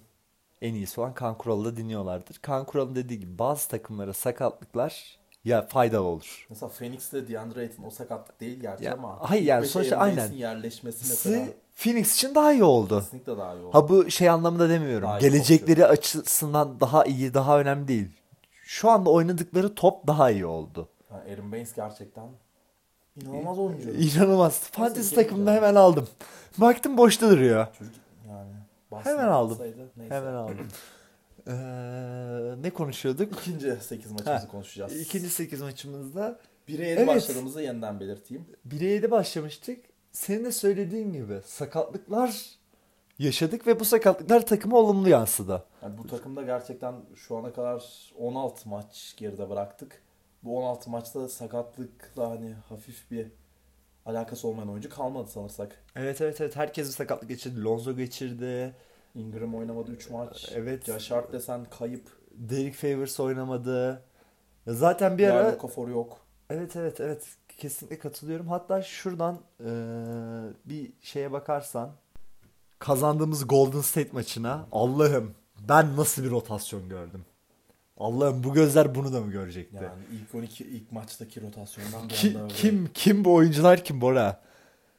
S1: en iyisi olan Kaan Kural'ı da dinliyorlardır. Kaan Kural'ın dediği gibi bazı takımlara sakatlıklar ya faydalı olur.
S2: Mesela Phoenix'te DeAndre Ayton o sakatlık değil gerçi
S1: Ya,
S2: ama.
S1: hayır yani
S2: Beşe
S1: sonuçta
S2: Aaron Baines
S1: aynen.
S2: yerleşmesi mesela
S1: Sizi Phoenix için daha iyi oldu.
S2: kesinlikle daha iyi oldu.
S1: Ha bu şey anlamında demiyorum.
S2: Daha iyi
S1: Gelecekleri açısından daha iyi, daha önemli değil. Şu anda oynadıkları top daha iyi oldu.
S2: Ha, Aaron Baines gerçekten inanılmaz oyuncu.
S1: İnanılmaz. Fantezi
S2: Neyse,
S1: takımında
S2: iyi.
S1: hemen aldım. Baktım boşta duruyor.
S2: Çocuk yani. Boston'da
S1: Hemen aldım.
S2: olsaydı neyse.
S1: Hemen aldım. Ee, ne konuşuyorduk?
S2: İkinci 8
S1: Ha,
S2: maçımızı konuşacağız.
S1: İkinci 8 maçımızda
S2: 1'e 7
S1: Evet.
S2: başladığımızı yeniden belirteyim.
S1: 1'e 7 başlamıştık. Senin de söylediğin gibi sakatlıklar yaşadık ve bu sakatlıklar takıma olumlu yansıdı.
S2: Yani bu takımda gerçekten şu ana kadar 16 maç geride bıraktık. Bu 16 maçta sakatlıkla hani hafif bir alakası olmayan oyuncu kalmadı sanırsak.
S1: Evet evet evet herkes bir sakatlık geçirdi. Lonzo geçirdi.
S2: Ingram oynamadı 3 maç.
S1: Evet.
S2: Josh Hart desen kayıp.
S1: Derek Favors oynamadı. Ya Zaten bir
S2: Bir
S1: ara
S2: Okafor yok.
S1: Evet evet evet kesinlikle katılıyorum. Hatta şuradan eee, bir şeye bakarsan kazandığımız Golden State maçına Allah'ım ben nasıl bir rotasyon gördüm. Allah'ım bu gözler bunu da mı görecekti?
S2: Yani ilk 12 ilk maçtaki rotasyondan bir
S1: Ki-
S2: anda böyle-
S1: kim kim bu oyuncular kim Bora?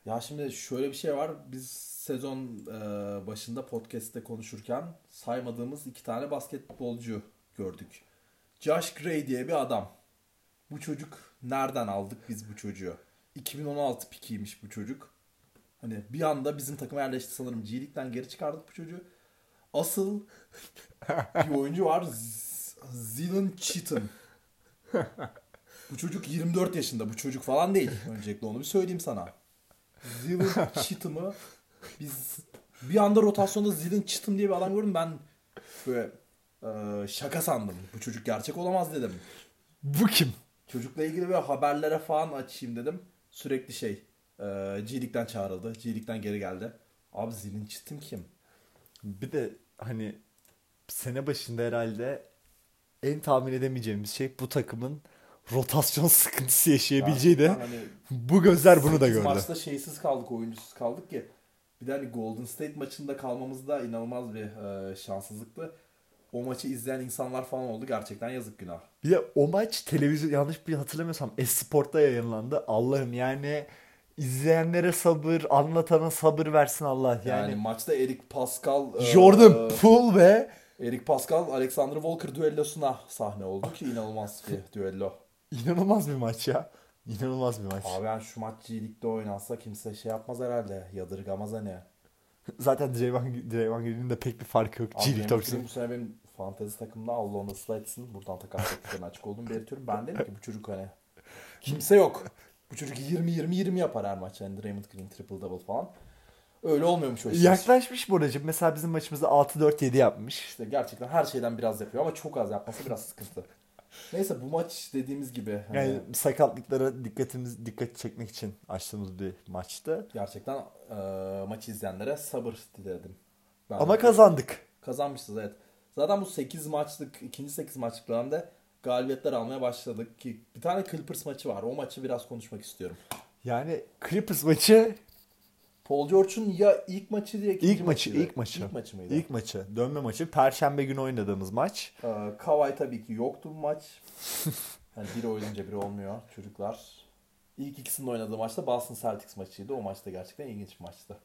S2: Ya şimdi şöyle bir şey var. Biz sezon e, başında podcast'te konuşurken saymadığımız iki tane basketbolcu gördük. Josh Gray diye bir adam. Bu çocuk nereden aldık biz bu çocuğu? 2016 pikiymiş bu çocuk. Hani bir anda bizim takıma yerleşti sanırım. G-League'den geri çıkardık bu çocuğu. Asıl bir oyuncu var. Z- Zealand Cheatham. Bu çocuk 24 yaşında. Bu çocuk falan değil. Öncelikle onu bir söyleyeyim sana. Zealand Cheatham'ı biz bir anda rotasyonda Zealand Cheatham diye bir adam gördüm. Ben böyle e, şaka sandım. Bu çocuk gerçek olamaz dedim.
S1: Bu kim?
S2: Çocukla ilgili böyle haberlere falan açayım dedim. Sürekli şey e, G-League'den çağrıldı. G-League'den geri geldi. Abi Zealand Cheatham kim?
S1: Bir de hani sene başında herhalde en tahmin edemeyeceğimiz şey bu takımın rotasyon sıkıntısı yaşayabileceği de
S2: Yani hani
S1: bu gözler bunu da
S2: Biz
S1: gördü.
S2: maçta şeysiz kaldık, oyuncusuz kaldık ki. Bir de hani Golden State maçında kalmamız da inanılmaz bir e, şanssızlıktı. O maçı izleyen insanlar falan oldu. Gerçekten yazık günah.
S1: Bir de o maç televizyon yanlış bir hatırlamıyorsam Esport'ta yayınlandı. Allah'ım yani izleyenlere sabır, anlatana sabır versin Allah.
S2: Yani,
S1: Yani,
S2: maçta Eric Pascal e,
S1: Jordan Poole ve
S2: Eric Pascal Alexander Walker düellosuna sahne oldu ki inanılmaz bir düello.
S1: inanılmaz bir maç ya. İnanılmaz bir maç.
S2: Abi ben şu maç G League'de oynansa kimse şey yapmaz herhalde. Yadırgamaz hani.
S1: Zaten Draymond, Draymond Green'in de pek bir farkı yok.
S2: Abi
S1: G
S2: benim
S1: League
S2: fikrim bu sene benim fantezi takımda Allah onu ıslah etsin. Buradan takas tekliflerine açık olduğumu belirtiyorum. Ben dedim ki bu çocuk hani kimse yok. Bu çocuk 20-20-20 yapar her maç. Yani Draymond Green triple double falan. Öyle olmuyormuş o işler.
S1: Yaklaşmış Boracığım. Mesela bizim maçımızda 6-4-7 yapmış.
S2: İşte gerçekten her şeyden biraz yapıyor ama çok az yapması biraz sıkıntı. Neyse bu maç dediğimiz gibi hani
S1: Yani sakatlıklara dikkatimiz dikkat çekmek için açtığımız bir maçtı.
S2: gerçekten e, maçı izleyenlere sabır diledim. Ben
S1: Ama kazandık.
S2: Kazanmışız evet. Zaten bu 8 maçlık, ikinci 8 maçlık dönemde galibiyetler almaya başladık ki bir tane Clippers maçı var. O maçı biraz konuşmak istiyorum.
S1: Yani Clippers maçı
S2: Paul George'un ya ilk maçı diye ikinci
S1: İlk maçı,
S2: mıydı?
S1: ilk maçı.
S2: İlk maçı mıydı?
S1: İlk maçı, dönme maçı. Perşembe günü oynadığımız maç.
S2: Ee, Kawhi tabii ki yoktu bu maç. Yani biri oynayınca biri olmuyor çocuklar. İlk ikisinin oynadığı maçta Boston Celtics maçıydı. O maçta gerçekten ilginç bir maçtı.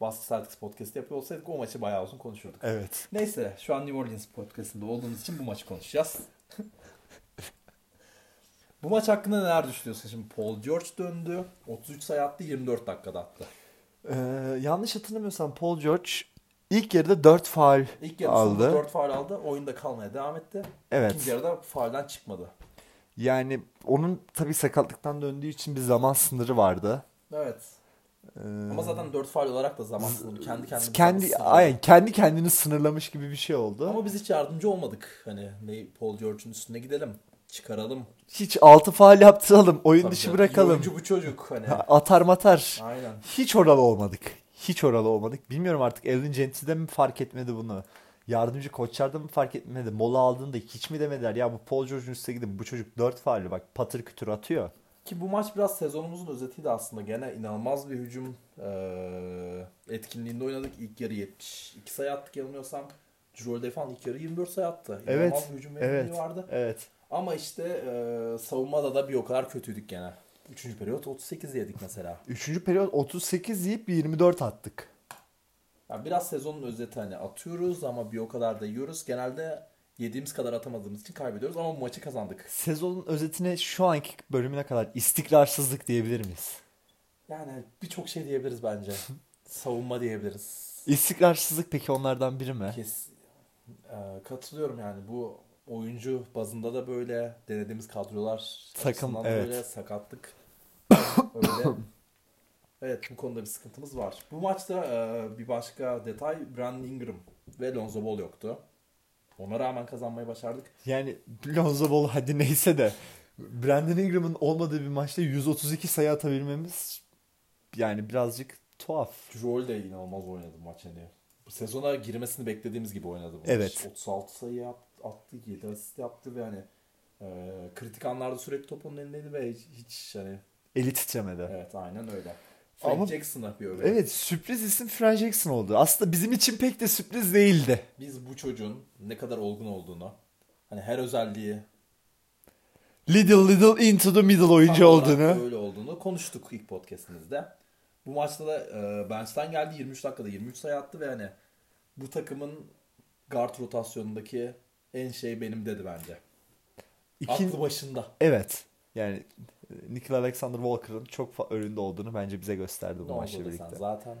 S2: Boston Celtics podcast yapıyor olsaydık o maçı bayağı uzun konuşurduk.
S1: Evet.
S2: Neyse şu an New Orleans podcastında olduğumuz için bu maçı konuşacağız. bu maç hakkında neler düşünüyorsun? Şimdi Paul George döndü. 33 sayı attı 24 dakikada attı.
S1: Ee, yanlış hatırlamıyorsam Paul George ilk yarıda 4 faul aldı.
S2: İlk yarısında 4 faul aldı. Oyunda kalmaya devam etti.
S1: Evet.
S2: İkinci yarıda faulden çıkmadı.
S1: Yani onun tabii sakatlıktan döndüğü için bir zaman sınırı vardı.
S2: Evet.
S1: Ee,
S2: Ama zaten 4 faul olarak da zaman sınırı. Kendi kendine. zaman
S1: kendi
S2: sınırı.
S1: aynen kendi kendini sınırlamış gibi bir şey oldu.
S2: Ama biz hiç yardımcı olmadık. Hani ne Paul George'un üstüne gidelim. Çıkaralım.
S1: Hiç 6 faul yaptıralım, oyun
S2: Tabii
S1: dışı
S2: canım, iyi
S1: bırakalım.
S2: Oyuncu bu çocuk hani.
S1: Atar matar.
S2: Aynen.
S1: Hiç oralı olmadık. Hiç oralı olmadık. Bilmiyorum artık Elvin Gentry'de mi fark etmedi bunu? Yardımcı koçlarda mı fark etmedi? Mola aldığında hiç mi demediler? Ya bu Paul George'un üstüne gidin. Bu çocuk 4 faali bak patır kütür atıyor.
S2: Ki bu maç biraz sezonumuzun özetiydi aslında. Gene inanılmaz bir hücum eee, etkinliğinde oynadık. İlk yarı 72 sayı attık yanılmıyorsam. Cirolde falan ilk yarı 24 sayı attı. İnanılmaz
S1: Evet,
S2: bir hücum
S1: evet.
S2: etkinliği vardı.
S1: Evet.
S2: Ama işte eee, savunmada da bir o kadar kötüydük gene. Üçüncü periyot 38 yedik mesela.
S1: 3. periyot 38 yiyip 24 attık.
S2: Yani biraz sezonun özeti hani atıyoruz ama bir o kadar da yiyoruz. Genelde yediğimiz kadar atamadığımız için kaybediyoruz ama bu maçı kazandık.
S1: Sezonun özetine şu anki bölümüne kadar istikrarsızlık diyebilir miyiz?
S2: Yani birçok şey diyebiliriz bence. Savunma diyebiliriz.
S1: İstikrarsızlık peki onlardan biri mi?
S2: Kes, e, katılıyorum yani bu oyuncu bazında da böyle denediğimiz kadrolar
S1: Takım,
S2: açısından da
S1: evet.
S2: böyle sakatlık öyle. Evet bu konuda bir sıkıntımız var. Bu maçta e, bir başka detay Brandon Ingram ve Lonzo Ball yoktu. Ona rağmen kazanmayı başardık.
S1: Yani Lonzo Ball hadi neyse de Brandon Ingram'ın olmadığı bir maçta 132 sayı atabilmemiz yani birazcık tuhaf.
S2: Rol de inanılmaz oynadı maç hani. Bu sezona girmesini beklediğimiz gibi oynadı bu maç.
S1: Evet.
S2: 36 sayı yap- attı, 7 asist yaptı ve hani Ee, kritik anlarda sürekli top onun elindeydi ve hiç, hiç hani
S1: Eli titremedi. Evet.
S2: evet aynen öyle. Frank
S1: Ama-
S2: Jackson'a bir övgü.
S1: sürpriz isim Frank Jackson oldu. Aslında bizim için pek de sürpriz değildi.
S2: Biz bu çocuğun ne kadar olgun olduğunu hani her özelliği
S1: Little Little Into the Middle oyuncu
S2: tam olarak
S1: olduğunu.
S2: Öyle olduğunu konuştuk ilk podcastimizde. Bu maçta da e, bench'ten geldi 23 dakikada 23 sayı attı ve hani bu takımın guard rotasyonundaki en şey benim dedi bence.
S1: İkin-
S2: Aklı başında.
S1: Evet. Yani Nikola Alexander Walker'ın çok fa- önünde olduğunu bence bize gösterdi
S2: Ne
S1: bu maçla
S2: oldu
S1: birlikte.
S2: desen zaten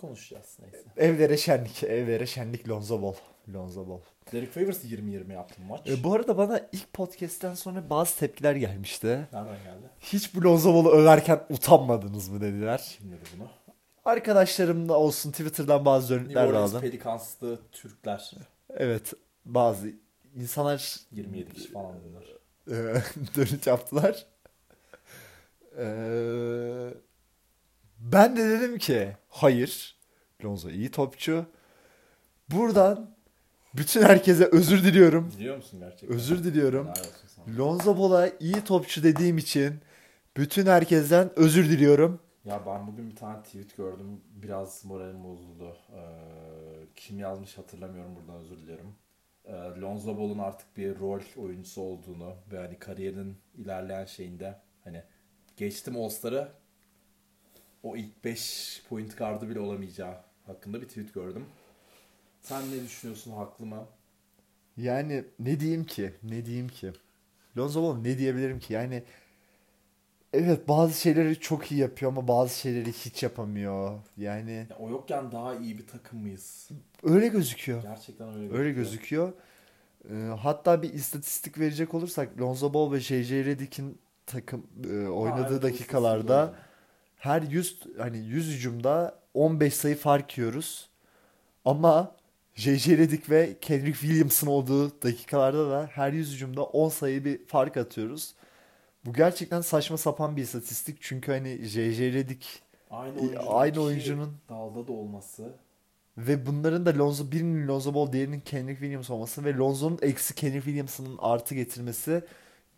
S2: konuşacağız neyse.
S1: Evlere şenlik, evlere şenlik Lonzo Ball. Lonzo Ball.
S2: Derek Favors 20-20 yaptı bu maç.
S1: E, bu arada bana ilk podcast'ten sonra bazı tepkiler gelmişti.
S2: Nereden geldi?
S1: Hiç bu Lonzo Ball'u överken utanmadınız mı dediler.
S2: Kim dedi bunu?
S1: Arkadaşlarım da olsun Twitter'dan bazı
S2: New
S1: dönükler de
S2: Orleans
S1: aldım.
S2: Pelicans'lı Türkler.
S1: Evet bazı insanlar
S2: 27 kişi falan bunlar.
S1: e, dönüş yaptılar. E, ben de dedim ki hayır Lonzo iyi topçu. Buradan bütün herkese özür diliyorum.
S2: Biliyor musun gerçekten?
S1: Özür diliyorum.
S2: Helal olsun sana.
S1: Lonzo Ball'a iyi topçu dediğim için bütün herkesten özür diliyorum.
S2: Ya ben bugün bir tane tweet gördüm. Biraz moralim bozuldu. Ee, kim yazmış hatırlamıyorum buradan özür dilerim. Ee, Lonzo Ball'un artık bir rol oyuncusu olduğunu ve hani kariyerinin ilerleyen şeyinde hani geçtim All-Star'ı o ilk 5 point guardı bile olamayacağı hakkında bir tweet gördüm. Sen ne düşünüyorsun haklı mı?
S1: Yani ne diyeyim ki? Ne diyeyim ki? Lonzo Ball ne diyebilirim ki? Yani evet bazı şeyleri çok iyi yapıyor ama bazı şeyleri hiç yapamıyor. Yani
S2: Ya o yokken daha iyi bir takım mıyız?
S1: öyle gözüküyor.
S2: Gerçekten öyle
S1: Öyle gözüküyor. Ee, hatta bir istatistik verecek olursak Lonzo Ball ve JJ Redick'in takım e,
S2: Aa,
S1: oynadığı
S2: evet, bu
S1: dakikalarda
S2: istatistik
S1: her 100 hani 100 hücumda 15 sayı fark yiyoruz. Ama JJ Redick ve Kendrick Williams'ın olduğu dakikalarda da her 100 hücumda 10 sayı bir fark atıyoruz. Bu gerçekten saçma sapan bir istatistik. Çünkü hani JJ Redick
S2: Aynı oyuncunun,
S1: Aynı
S2: iki
S1: oyuncunun-
S2: dalda da olması
S1: ve bunların da Lonzo birinin Lonzo Ball diğerinin Kendrick Williams olması ve Lonzo'nun eksi Kendrick Williams'ın artı getirmesi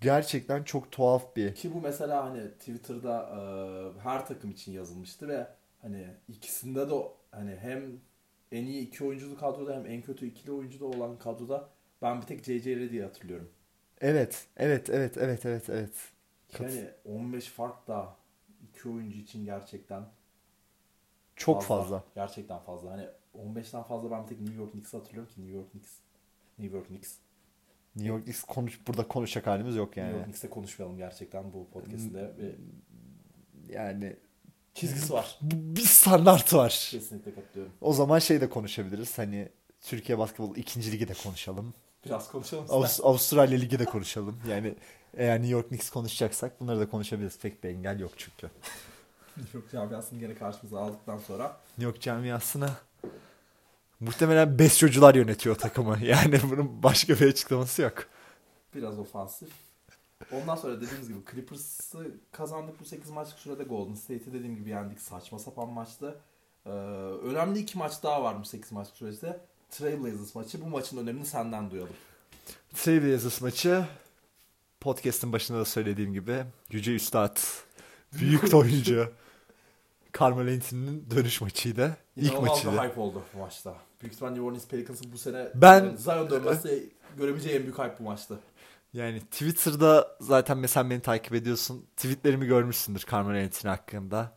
S1: gerçekten çok tuhaf bir.
S2: Ki bu mesela hani Twitter'da e, her takım için yazılmıştı ve hani ikisinde de o- hani hem en iyi iki oyunculu kadroda hem en kötü ikili oyuncuda olan kadroda ben bir tek CC diye hatırlıyorum.
S1: Evet, evet, evet, evet, evet, evet. Kat-
S2: Yani 15 hani fark da iki oyuncu için gerçekten
S1: Çok fazla.
S2: Gerçekten fazla. Hani 15'ten fazla ben bir tek New York Knicks'i hatırlıyorum ki New York Knicks. New York Knicks.
S1: New York Knicks konuş burada konuşacak halimiz yok
S2: New
S1: yani.
S2: York Knicks'te konuşmayalım gerçekten bu podcast'inde. Bir
S1: Yani
S2: çizgisi var.
S1: bu- bir standart var.
S2: Kesinlikle katılıyorum.
S1: O zaman şey de konuşabiliriz. Hani Türkiye Basketbol 2. Ligi de konuşalım.
S2: Biraz konuşalım.
S1: Avust- Avustralya Ligi de konuşalım. Yani eğer New York Knicks konuşacaksak bunları da konuşabiliriz. Pek bir engel yok çünkü.
S2: New York camiasını gene karşımıza aldıktan sonra
S1: New York camiasına muhtemelen best çocuklar yönetiyor takımı. Yani bunun başka bir açıklaması yok.
S2: biraz ofansif. Ondan sonra dediğimiz gibi Clippers'ı kazandık bu 8 maçlık sürede Golden State'i dediğim gibi yendik. Saçma sapan maçtı. Ee, önemli iki maç daha var bu 8 maçlık süreçte. Trailblazers maçı. Bu maçın önemini senden duyalım.
S1: Trailblazers maçı podcast'ın başında da söylediğim gibi Yüce Üstad, büyük oyuncu Carmelo Anthony'nin dönüş maçıydı. İlk
S2: İnanılmaz bir
S1: maçıydı.
S2: hype oldu bu maçta. Büyük ihtimal New Orleans Pelicans'ın bu sene
S1: Ben-
S2: yani Zion dönmezse görebileceği en büyük hype bu maçtı.
S1: Yani Twitter'da zaten mesela sen beni takip ediyorsun. Tweetlerimi görmüşsündür Carmelo Anthony hakkında.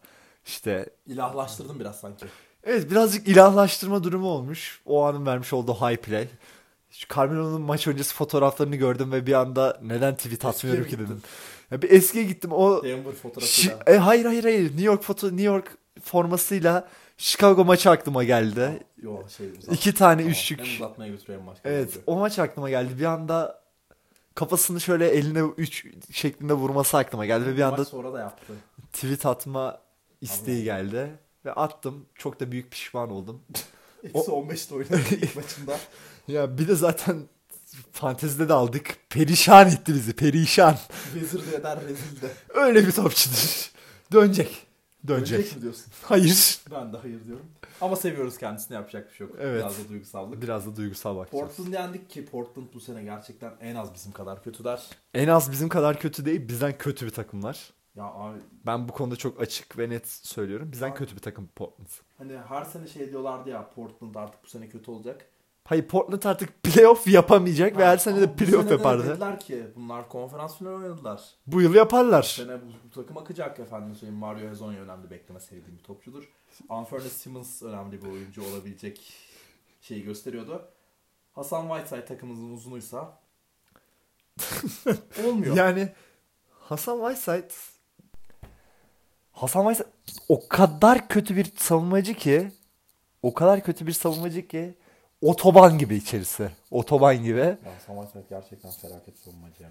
S1: İşte
S2: İlahlaştırdım biraz sanki.
S1: evet birazcık ilahlaştırma durumu olmuş. O anın vermiş olduğu high play. Şu Carmelo'nun maç öncesi fotoğraflarını gördüm ve bir anda neden tweet atmıyorum ki
S2: Eskiye mi
S1: dedim. Ya bir eskiye gittim o
S2: Denver
S1: Şi-
S2: fotoğrafıyla.
S1: e, hayır hayır hayır New York foto New York formasıyla Chicago maçı aklıma geldi.
S2: Yo şey uzat.
S1: İki tane
S2: Tamam,
S1: üçlük.
S2: Hem uzatmaya götürüyor hem şey. maç.
S1: Evet o maç aklıma geldi. Bir anda kafasını şöyle eline 3 şeklinde vurması aklıma geldi ve bir anda
S2: Maç sonra da yaptı.
S1: tweet atma isteği
S2: Anladım.
S1: geldi ve attım. Çok da büyük pişman oldum.
S2: Eksi 15'te oynadı ilk maçında.
S1: ya bir de zaten fantezide de aldık. Perişan etti bizi. Perişan.
S2: Vezir de eder rezil de.
S1: Öyle bir topçudur. Dönecek.
S2: Dönecek
S1: Dönecek.
S2: mi diyorsun?
S1: Hayır.
S2: Ben de hayır diyorum. Ama seviyoruz kendisini yapacak bir şey yok.
S1: Evet.
S2: Biraz da duygusallık.
S1: Biraz da duygusal bakacağız.
S2: Portland yendik ki Portland bu sene gerçekten en az bizim kadar kötüler.
S1: En az bizim kadar kötü değil, bizden kötü bir takım var.
S2: Ya abi
S1: Ben bu konuda çok açık ve net söylüyorum. Bizden
S2: Abi.
S1: kötü bir takım Portland.
S2: hani her sene şey diyorlardı ya Portland artık bu sene kötü olacak.
S1: Hayır Portland artık playoff yapamayacak ve her sene de
S2: Ama bu
S1: playoff
S2: sene de
S1: yapardı.
S2: Dediler ki bunlar konferans finali oynadılar.
S1: Bu yıl
S2: Bu
S1: yaparlar.
S2: sene bu, bu takım akacak efendim. söyleyeyim. Mario Hezonja önemli bekleme sevdiğim bir topçudur. Anfernee Simmons önemli bir oyuncu olabilecek şeyi gösteriyordu. Hasan Whiteside takımımızın uzunuysa olmuyor.
S1: Yani Hasan Whiteside Hasan Whiteside o kadar kötü bir savunmacı ki o kadar kötü bir savunmacı ki otoban gibi içerisi. Otoban gibi.
S2: Ya Hasan Whiteside gerçekten felaket savunmacı ya.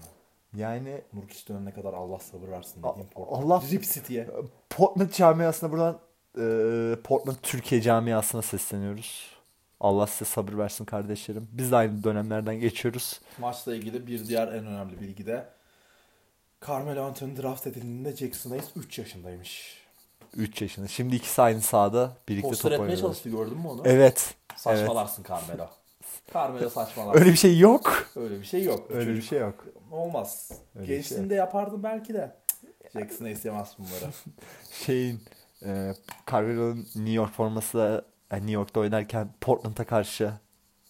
S1: Yani
S2: Nurkic dönene kadar Allah sabır versin
S1: A-
S2: dediğim Portland.
S1: Allah-
S2: Rip City'ye.
S1: Portland camiasına buradan e, Portland Türkiye camiasına sesleniyoruz. Allah size sabır versin kardeşlerim. Biz de aynı dönemlerden geçiyoruz.
S2: Maçla ilgili bir diğer en önemli bilgi de Carmelo Anthony draft edildiğinde Jackson Hayes 3 yaşındaymış.
S1: 3 yaşında. Şimdi ikisi aynı sahada birlikte
S2: Poster
S1: top
S2: etmeye
S1: oynuyorlar.
S2: çalıştı gördün mü onu?
S1: Evet.
S2: Saçmalarsın Carmelo. Carmelo saçmalar.
S1: Öyle bir şey yok.
S2: Öyle bir şey yok.
S1: Öyle bir
S2: Çocuk-
S1: şey yok.
S2: Olmaz.
S1: Öyle bir şey
S2: Gençliğinde yapardım belki de. Jackson Hayes yemez bunları.
S1: şeyin e, Carvero'nun New York forması da- yani New York'ta oynarken Portland'a karşı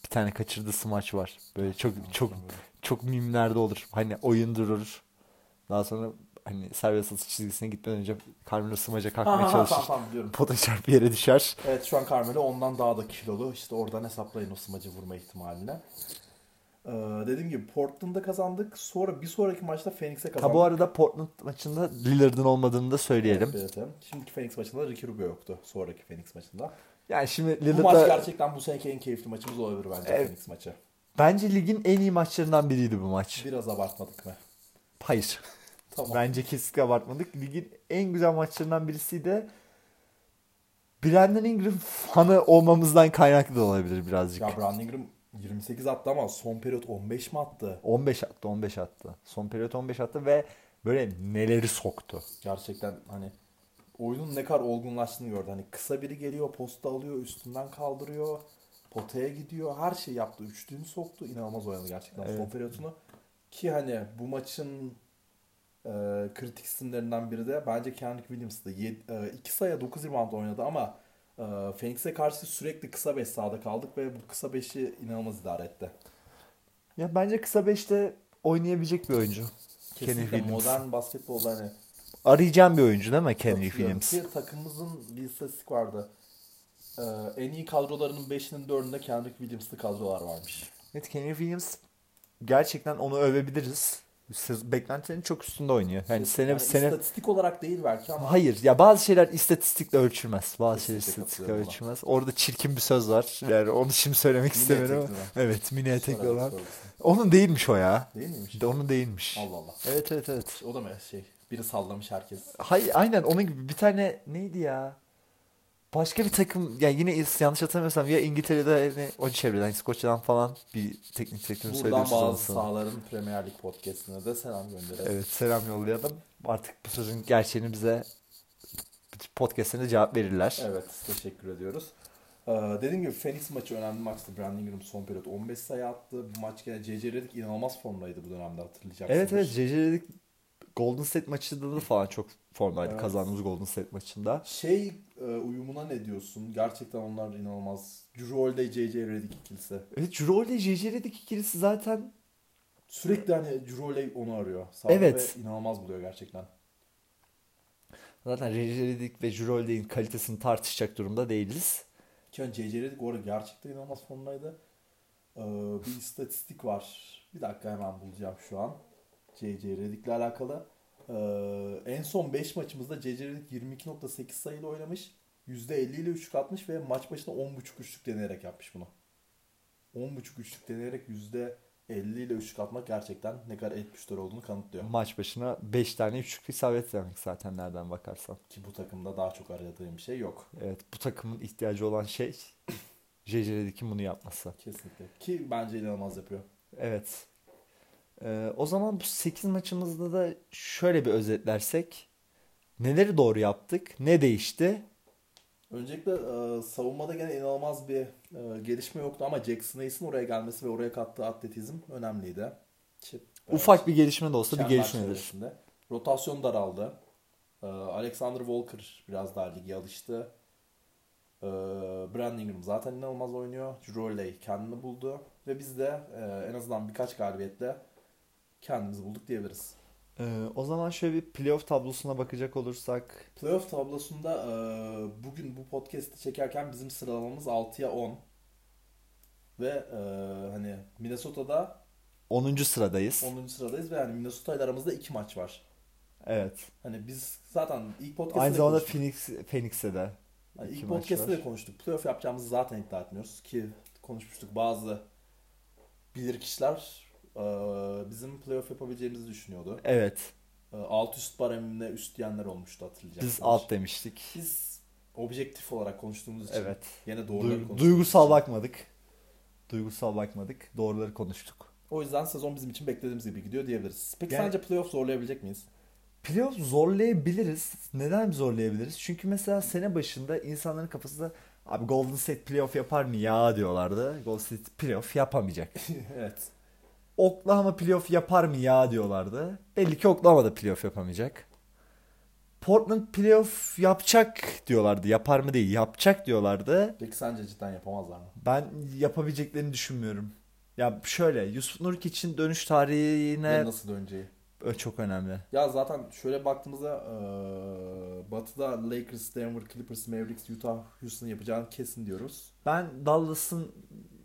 S1: bir tane kaçırdığı smaç var. Böyle çok çok çok mimlerde olur. Hani oyun durur. Daha sonra hani serbest atış çizgisine gitmeden önce Carmelo smaca
S2: Ha, ha,
S1: kalkmaya
S2: ha, tamam,
S1: çalışır.
S2: tamam, biliyorum.
S1: Pota çarpı yere düşer.
S2: Evet şu an Carmelo ondan daha da kilolu. İşte oradan hesaplayın o smacı vurma ihtimalini. Ee, dediğim gibi Portland'da kazandık. Sonra bir sonraki maçta Phoenix'e kazandık.
S1: Ha bu arada Portland maçında Lillard'ın olmadığını da söyleyelim.
S2: Evet, evet. Şimdiki Phoenix maçında Ricky Rubio yoktu. Sonraki Phoenix maçında.
S1: Yani şimdi
S2: Bu maç
S1: Lillard'da
S2: gerçekten bu seneki en keyifli maçımız olabilir bence
S1: Evet.
S2: Phoenix maçı.
S1: bence ligin en iyi maçlarından biriydi bu maç.
S2: Biraz abartmadık mı?
S1: Hayır.
S2: Tamam.
S1: Bence kesinlikle abartmadık. Ligin en güzel maçlarından birisi de Brandon Ingram fanı olmamızdan kaynaklı da olabilir birazcık.
S2: Ya Brandon Ingram 28 attı ama son periyot 15 mi attı?
S1: 15 attı, 15 attı. Son periyot 15 attı ve böyle neleri soktu.
S2: Gerçekten hani oyunun ne kadar olgunlaştığını gördü. Hani kısa biri geliyor, posta alıyor, üstünden kaldırıyor, potaya gidiyor. Her şey yaptı. Üçlüğünü soktu. İnanılmaz oynadı gerçekten son
S1: Evet.
S2: periyotunu. Ki hani bu maçın e, kritik isimlerinden biri de bence Kendrick Williams'tı. e, 2 sayı 9 rebound oynadı ama e, Phoenix'e karşı sürekli kısa 5 sahada kaldık ve bu kısa 5'i inanılmaz idare etti.
S1: Ya bence kısa 5'te oynayabilecek bir oyuncu. Kenny
S2: Kesinlikle
S1: Williams.
S2: modern basketbolda hani
S1: Arayacağım bir oyuncu değil mi Kenny
S2: Katılıyorum
S1: Williams?
S2: Ki takımımızın bir istatistik vardı. Ee, en iyi kadrolarının 5'inin 4'ünde Kendrick Williams'lı kadrolar varmış.
S1: Evet Kenny Williams gerçekten onu övebiliriz. Siz- Beklentilerin çok üstünde oynuyor. Yani sene
S2: Yani
S1: sene
S2: istatistik olarak değil belki ama
S1: Hayır ya bazı şeyler istatistikle ölçülmez. Bazı şeyler
S2: Kesinlikle
S1: istatistikle
S2: katılıyorum
S1: ölçülmez. Orada çirkin bir söz var. Yani onu şimdi söylemek istemiyorum. ama-
S2: etekli
S1: Evet mini etekli
S2: Sonra
S1: olan.
S2: sorgulasın.
S1: Onun değilmiş o ya.
S2: Değil miymiş?
S1: De onun değilmiş.
S2: Allah Allah.
S1: Evet evet evet.
S2: O da mı şey? Biri sallamış herkes.
S1: Hay, aynen onun gibi bir tane neydi ya? Başka bir takım yani yine is- yanlış hatırlamıyorsam ya İngiltere'de hani o çevreden İskoçya'dan falan bir teknik direktörün
S2: Buradan
S1: söylediği
S2: bazı
S1: bazı
S2: sahaların Premier Lig podcastine de selam gönderelim.
S1: Evet selam yollayalım. Artık bu sözün gerçeğini bize podcast'ine cevap verirler.
S2: Evet teşekkür ediyoruz. Ee, dediğim gibi Phoenix maçı önemli maçtı. Brandon Ingram son periyot 15 sayı attı. Bu maç gene CC Redick inanılmaz formdaydı bu dönemde hatırlayacaksınız.
S1: Evet evet JJ dedik Golden State maçında da falan çok formaydı
S2: Evet.
S1: kazandığımız Golden State maçında.
S2: Şey e, uyumuna ne diyorsun? Gerçekten onlar inanılmaz. Drew Holiday, JJ Redick ikilisi.
S1: Evet Jrue ile JJ dedik ikilisi zaten
S2: Sürekli hani Drew Holiday onu arıyor. Sağda
S1: Evet.
S2: Ve inanılmaz buluyor gerçekten.
S1: zaten JJ dedik ve Jrue Holiday'in kalitesini tartışacak durumda değiliz.
S2: Ki hani JJ Redick orada gerçekten inanılmaz formdaydı. Ee, bir istatistik var. Bir dakika hemen bulacağım şu an. JJ Redick'le alakalı. Ee, en son 5 maçımızda JJ Redick 22.8 sayıyla oynamış. %50 ile üçlük atmış ve maç başına 10.5 üçlük deneyerek yapmış bunu. 10.5 üçlük deneyerek %50 ile üçlük atmak gerçekten ne kadar etmişler olduğunu kanıtlıyor.
S1: Maç başına 5 tane üçlük isabet demek zaten nereden bakarsan.
S2: Ki bu takımda daha çok aradığım bir şey yok.
S1: Evet bu takımın ihtiyacı olan şey JJ Reddick'in bunu yapması.
S2: Kesinlikle. Ki bence inanılmaz yapıyor.
S1: Evet. Ee, o zaman bu 8 maçımızda da şöyle bir özetlersek. Neleri doğru yaptık? Ne değişti?
S2: Öncelikle e, savunmada gene inanılmaz bir e, gelişme yoktu ama Jackson Hayes'in oraya gelmesi ve oraya kattığı atletizm önemliydi. Ki, e,
S1: Ufak bir gelişme de olsa bir
S2: çember
S1: gelişmedir.
S2: çevresinde. Rotasyon daraldı. E, Alexander Walker biraz daha lige alıştı. E, Brandon Ingram zaten inanılmaz oynuyor. Roley kendini buldu. Ve biz de e, en azından birkaç galibiyetle kendimizi bulduk diyebiliriz.
S1: Ee, o zaman şöyle bir playoff tablosuna bakacak olursak
S2: Playoff tablosunda e, bugün bu podcast'i çekerken bizim sıralamamız 6'ya 10. Ve e, hani Minnesota'da
S1: 10. sıradayız.
S2: 10. sıradayız ve yani Minnesota ile aramızda 2 maç var.
S1: Evet.
S2: Hani biz zaten ilk podcast'te
S1: Aynı zamanda
S2: konuştuk.
S1: Phoenix Phoenix'e de.
S2: Hani
S1: iki
S2: ilk
S1: maç
S2: podcast'te
S1: var.
S2: de konuştuk. Playoff yapacağımızı zaten iddia etmiyoruz ki konuşmuştuk bazı bilir kişiler e, bizim playoff yapabileceğimizi düşünüyordu.
S1: Evet.
S2: E, alt üst baremine üst diyenler olmuştu hatırlayacaksınız.
S1: Biz alt demiştik.
S2: Biz objektif olarak konuştuğumuz için
S1: Evet.
S2: Yine doğruları
S1: Du-
S2: konuştuk.
S1: duygusal bakmadık. Duygusal bakmadık. Doğruları konuştuk.
S2: O yüzden sezon bizim için beklediğimiz gibi gidiyor diyebiliriz. Peki
S1: Yani-
S2: sence playoff zorlayabilecek miyiz?
S1: Playoff zorlayabiliriz. Neden zorlayabiliriz? Çünkü mesela sene başında insanların kafasında abi Golden State playoff yapar mı ya diyorlardı. Golden State playoff yapamayacak.
S2: evet.
S1: Oklahoma playoff yapar mı ya diyorlardı. Belli ki Oklahoma da playoff yapamayacak. Portland playoff yapacak diyorlardı. Yapar mı değil yapacak diyorlardı.
S2: Peki sence cidden yapamazlar mı?
S1: Ben yapabileceklerini düşünmüyorum. Ya şöyle Yusuf Nurk için dönüş tarihine
S2: Ve nasıl döneceği?
S1: Ö, çok önemli.
S2: Ya zaten şöyle baktığımızda eee, Batı'da Lakers, Denver, Clippers, Mavericks, Utah, Houston yapacağını kesin diyoruz.
S1: Ben Dallas'ın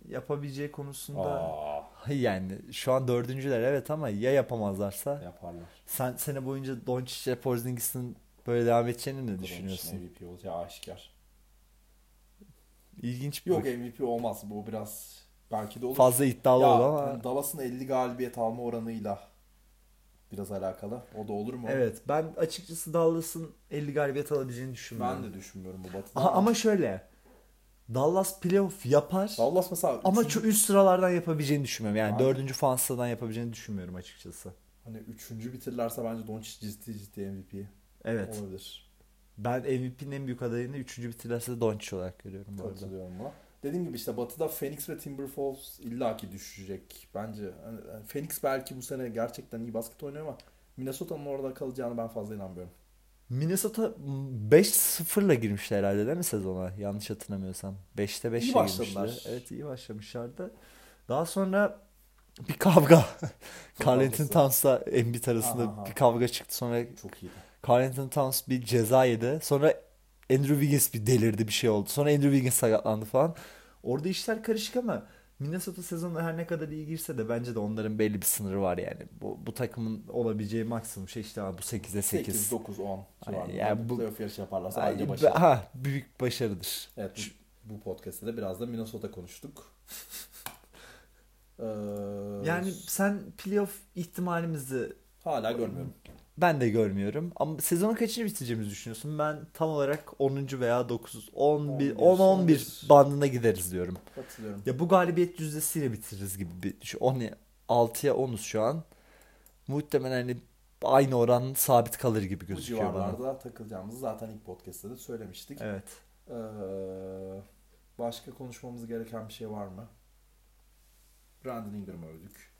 S1: yapabileceği konusunda
S2: Aa,
S1: yani şu an dördüncüler evet ama ya yapamazlarsa
S2: yaparlar.
S1: sen sene boyunca Doncic'e Porzingis'in böyle devam edeceğini ne düşünüyorsun?
S2: Doncic'in MVP olacağı aşikar.
S1: İlginç bir
S2: Yok MVP olmaz. Bu biraz belki de olur.
S1: fazla iddialı
S2: ya,
S1: ol ama
S2: hani Dallas'ın 50 galibiyet alma oranıyla biraz alakalı. O da olur mu?
S1: evet ben açıkçası Dallas'ın 50 galibiyet alabileceğini düşünmüyorum.
S2: Ben de düşünmüyorum bu Batı'da.
S1: Aha, ama şöyle Dallas playoff yapar.
S2: Dallas mesela
S1: Ama
S2: üçüncü-
S1: şu üst sıralardan yapabileceğini düşünmüyorum. Yani
S2: Abi.
S1: dördüncü falan sıradan yapabileceğini düşünmüyorum açıkçası.
S2: Hani üçüncü bitirlerse bence Doncic ciddi ciddi MVP
S1: Evet.
S2: olabilir.
S1: Ben MVP'nin en büyük adayını üçüncü bitirirse de Doncic olarak görüyorum bu arada.
S2: Katılıyorum buna. Dediğim gibi işte Batı'da Phoenix ve Timberwolves illaki düşecek bence. Hani yani Phoenix belki bu sene gerçekten iyi basket oynuyor ama Minnesota'nın orada kalacağını ben fazla inanmıyorum.
S1: Minnesota hmm, 5-0'la girmişti herhalde değil mi sezona? Yanlış hatırlamıyorsam. 5'te 5'le
S2: başladılar.
S1: girmişler. Evet iyi başlamışlardı. Daha sonra bir kavga. Carl Anthony
S2: kavgası.
S1: Towns'la Embiid arasında
S2: Aha.
S1: bir kavga çıktı. Sonra
S2: Çok iyiydi.
S1: Carl Anthony Towns bir ceza yedi. Sonra Andrew Wiggins bir delirdi bir şey oldu. Sonra Andrew Wiggins sakatlandı falan. Orada işler karışık ama Minnesota sezonu her ne kadar iyi girse de bence de onların belli bir sınırı var yani. Bu, bu takımın olabileceği maksimum şey işte abi bu 8'e 8.
S2: 8, 9, 10 civarında.
S1: Ay, yani bu-
S2: bu... Playoff yarışı yaparlarsa
S1: Ay,
S2: bence
S1: be-
S2: başarılı.
S1: ha, büyük başarıdır.
S2: Evet bu, bu podcast'te de biraz da Minnesota konuştuk. Ee,
S1: Yani sen playoff ihtimalimizi
S2: hala görmüyorum.
S1: ben de görmüyorum. Ama sezonu kaçıncı bitireceğimizi düşünüyorsun? Ben tam olarak 10. veya 9, 11, 10, 11 bandına gideriz diyorum.
S2: Katılıyorum.
S1: Ya bu galibiyet yüzdesiyle bitiririz gibi bir düşün. 10 6'ya 10'uz şu an. Muhtemelen hani aynı oran sabit kalır gibi
S2: Bu
S1: gözüküyor bana.
S2: civarlarda takılacağımızı zaten ilk podcast'te de söylemiştik.
S1: Evet.
S2: Ee, başka konuşmamız gereken bir şey var mı? Brandon Ingram'ı övdük.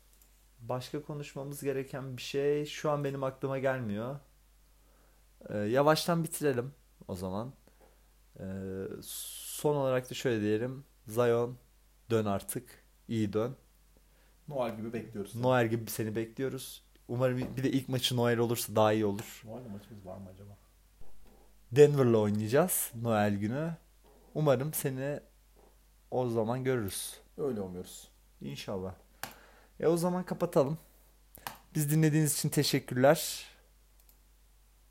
S1: Başka konuşmamız gereken bir şey şu an benim aklıma gelmiyor. Ee, yavaştan bitirelim o zaman. Ee, son olarak da şöyle diyelim. Zion dön artık. İyi dön.
S2: Noel gibi bekliyoruz.
S1: Noel gibi seni bekliyoruz. Umarım bir de ilk maçı Noel olursa daha iyi olur.
S2: Noel'le maçımız var mı acaba?
S1: Denver'la oynayacağız Noel günü. Umarım seni o zaman görürüz.
S2: Öyle umuyoruz.
S1: İnşallah. E o zaman kapatalım. Biz dinlediğiniz için teşekkürler.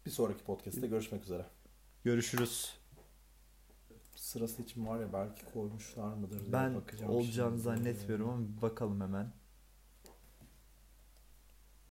S2: Bir sonraki podcast'te görüşmek üzere.
S1: Görüşürüz.
S2: Sırası için var ya belki koymuşlar mıdır diye
S1: Ben
S2: bakacağım.
S1: olacağını
S2: şimdi.
S1: zannetmiyorum ama bir bakalım hemen.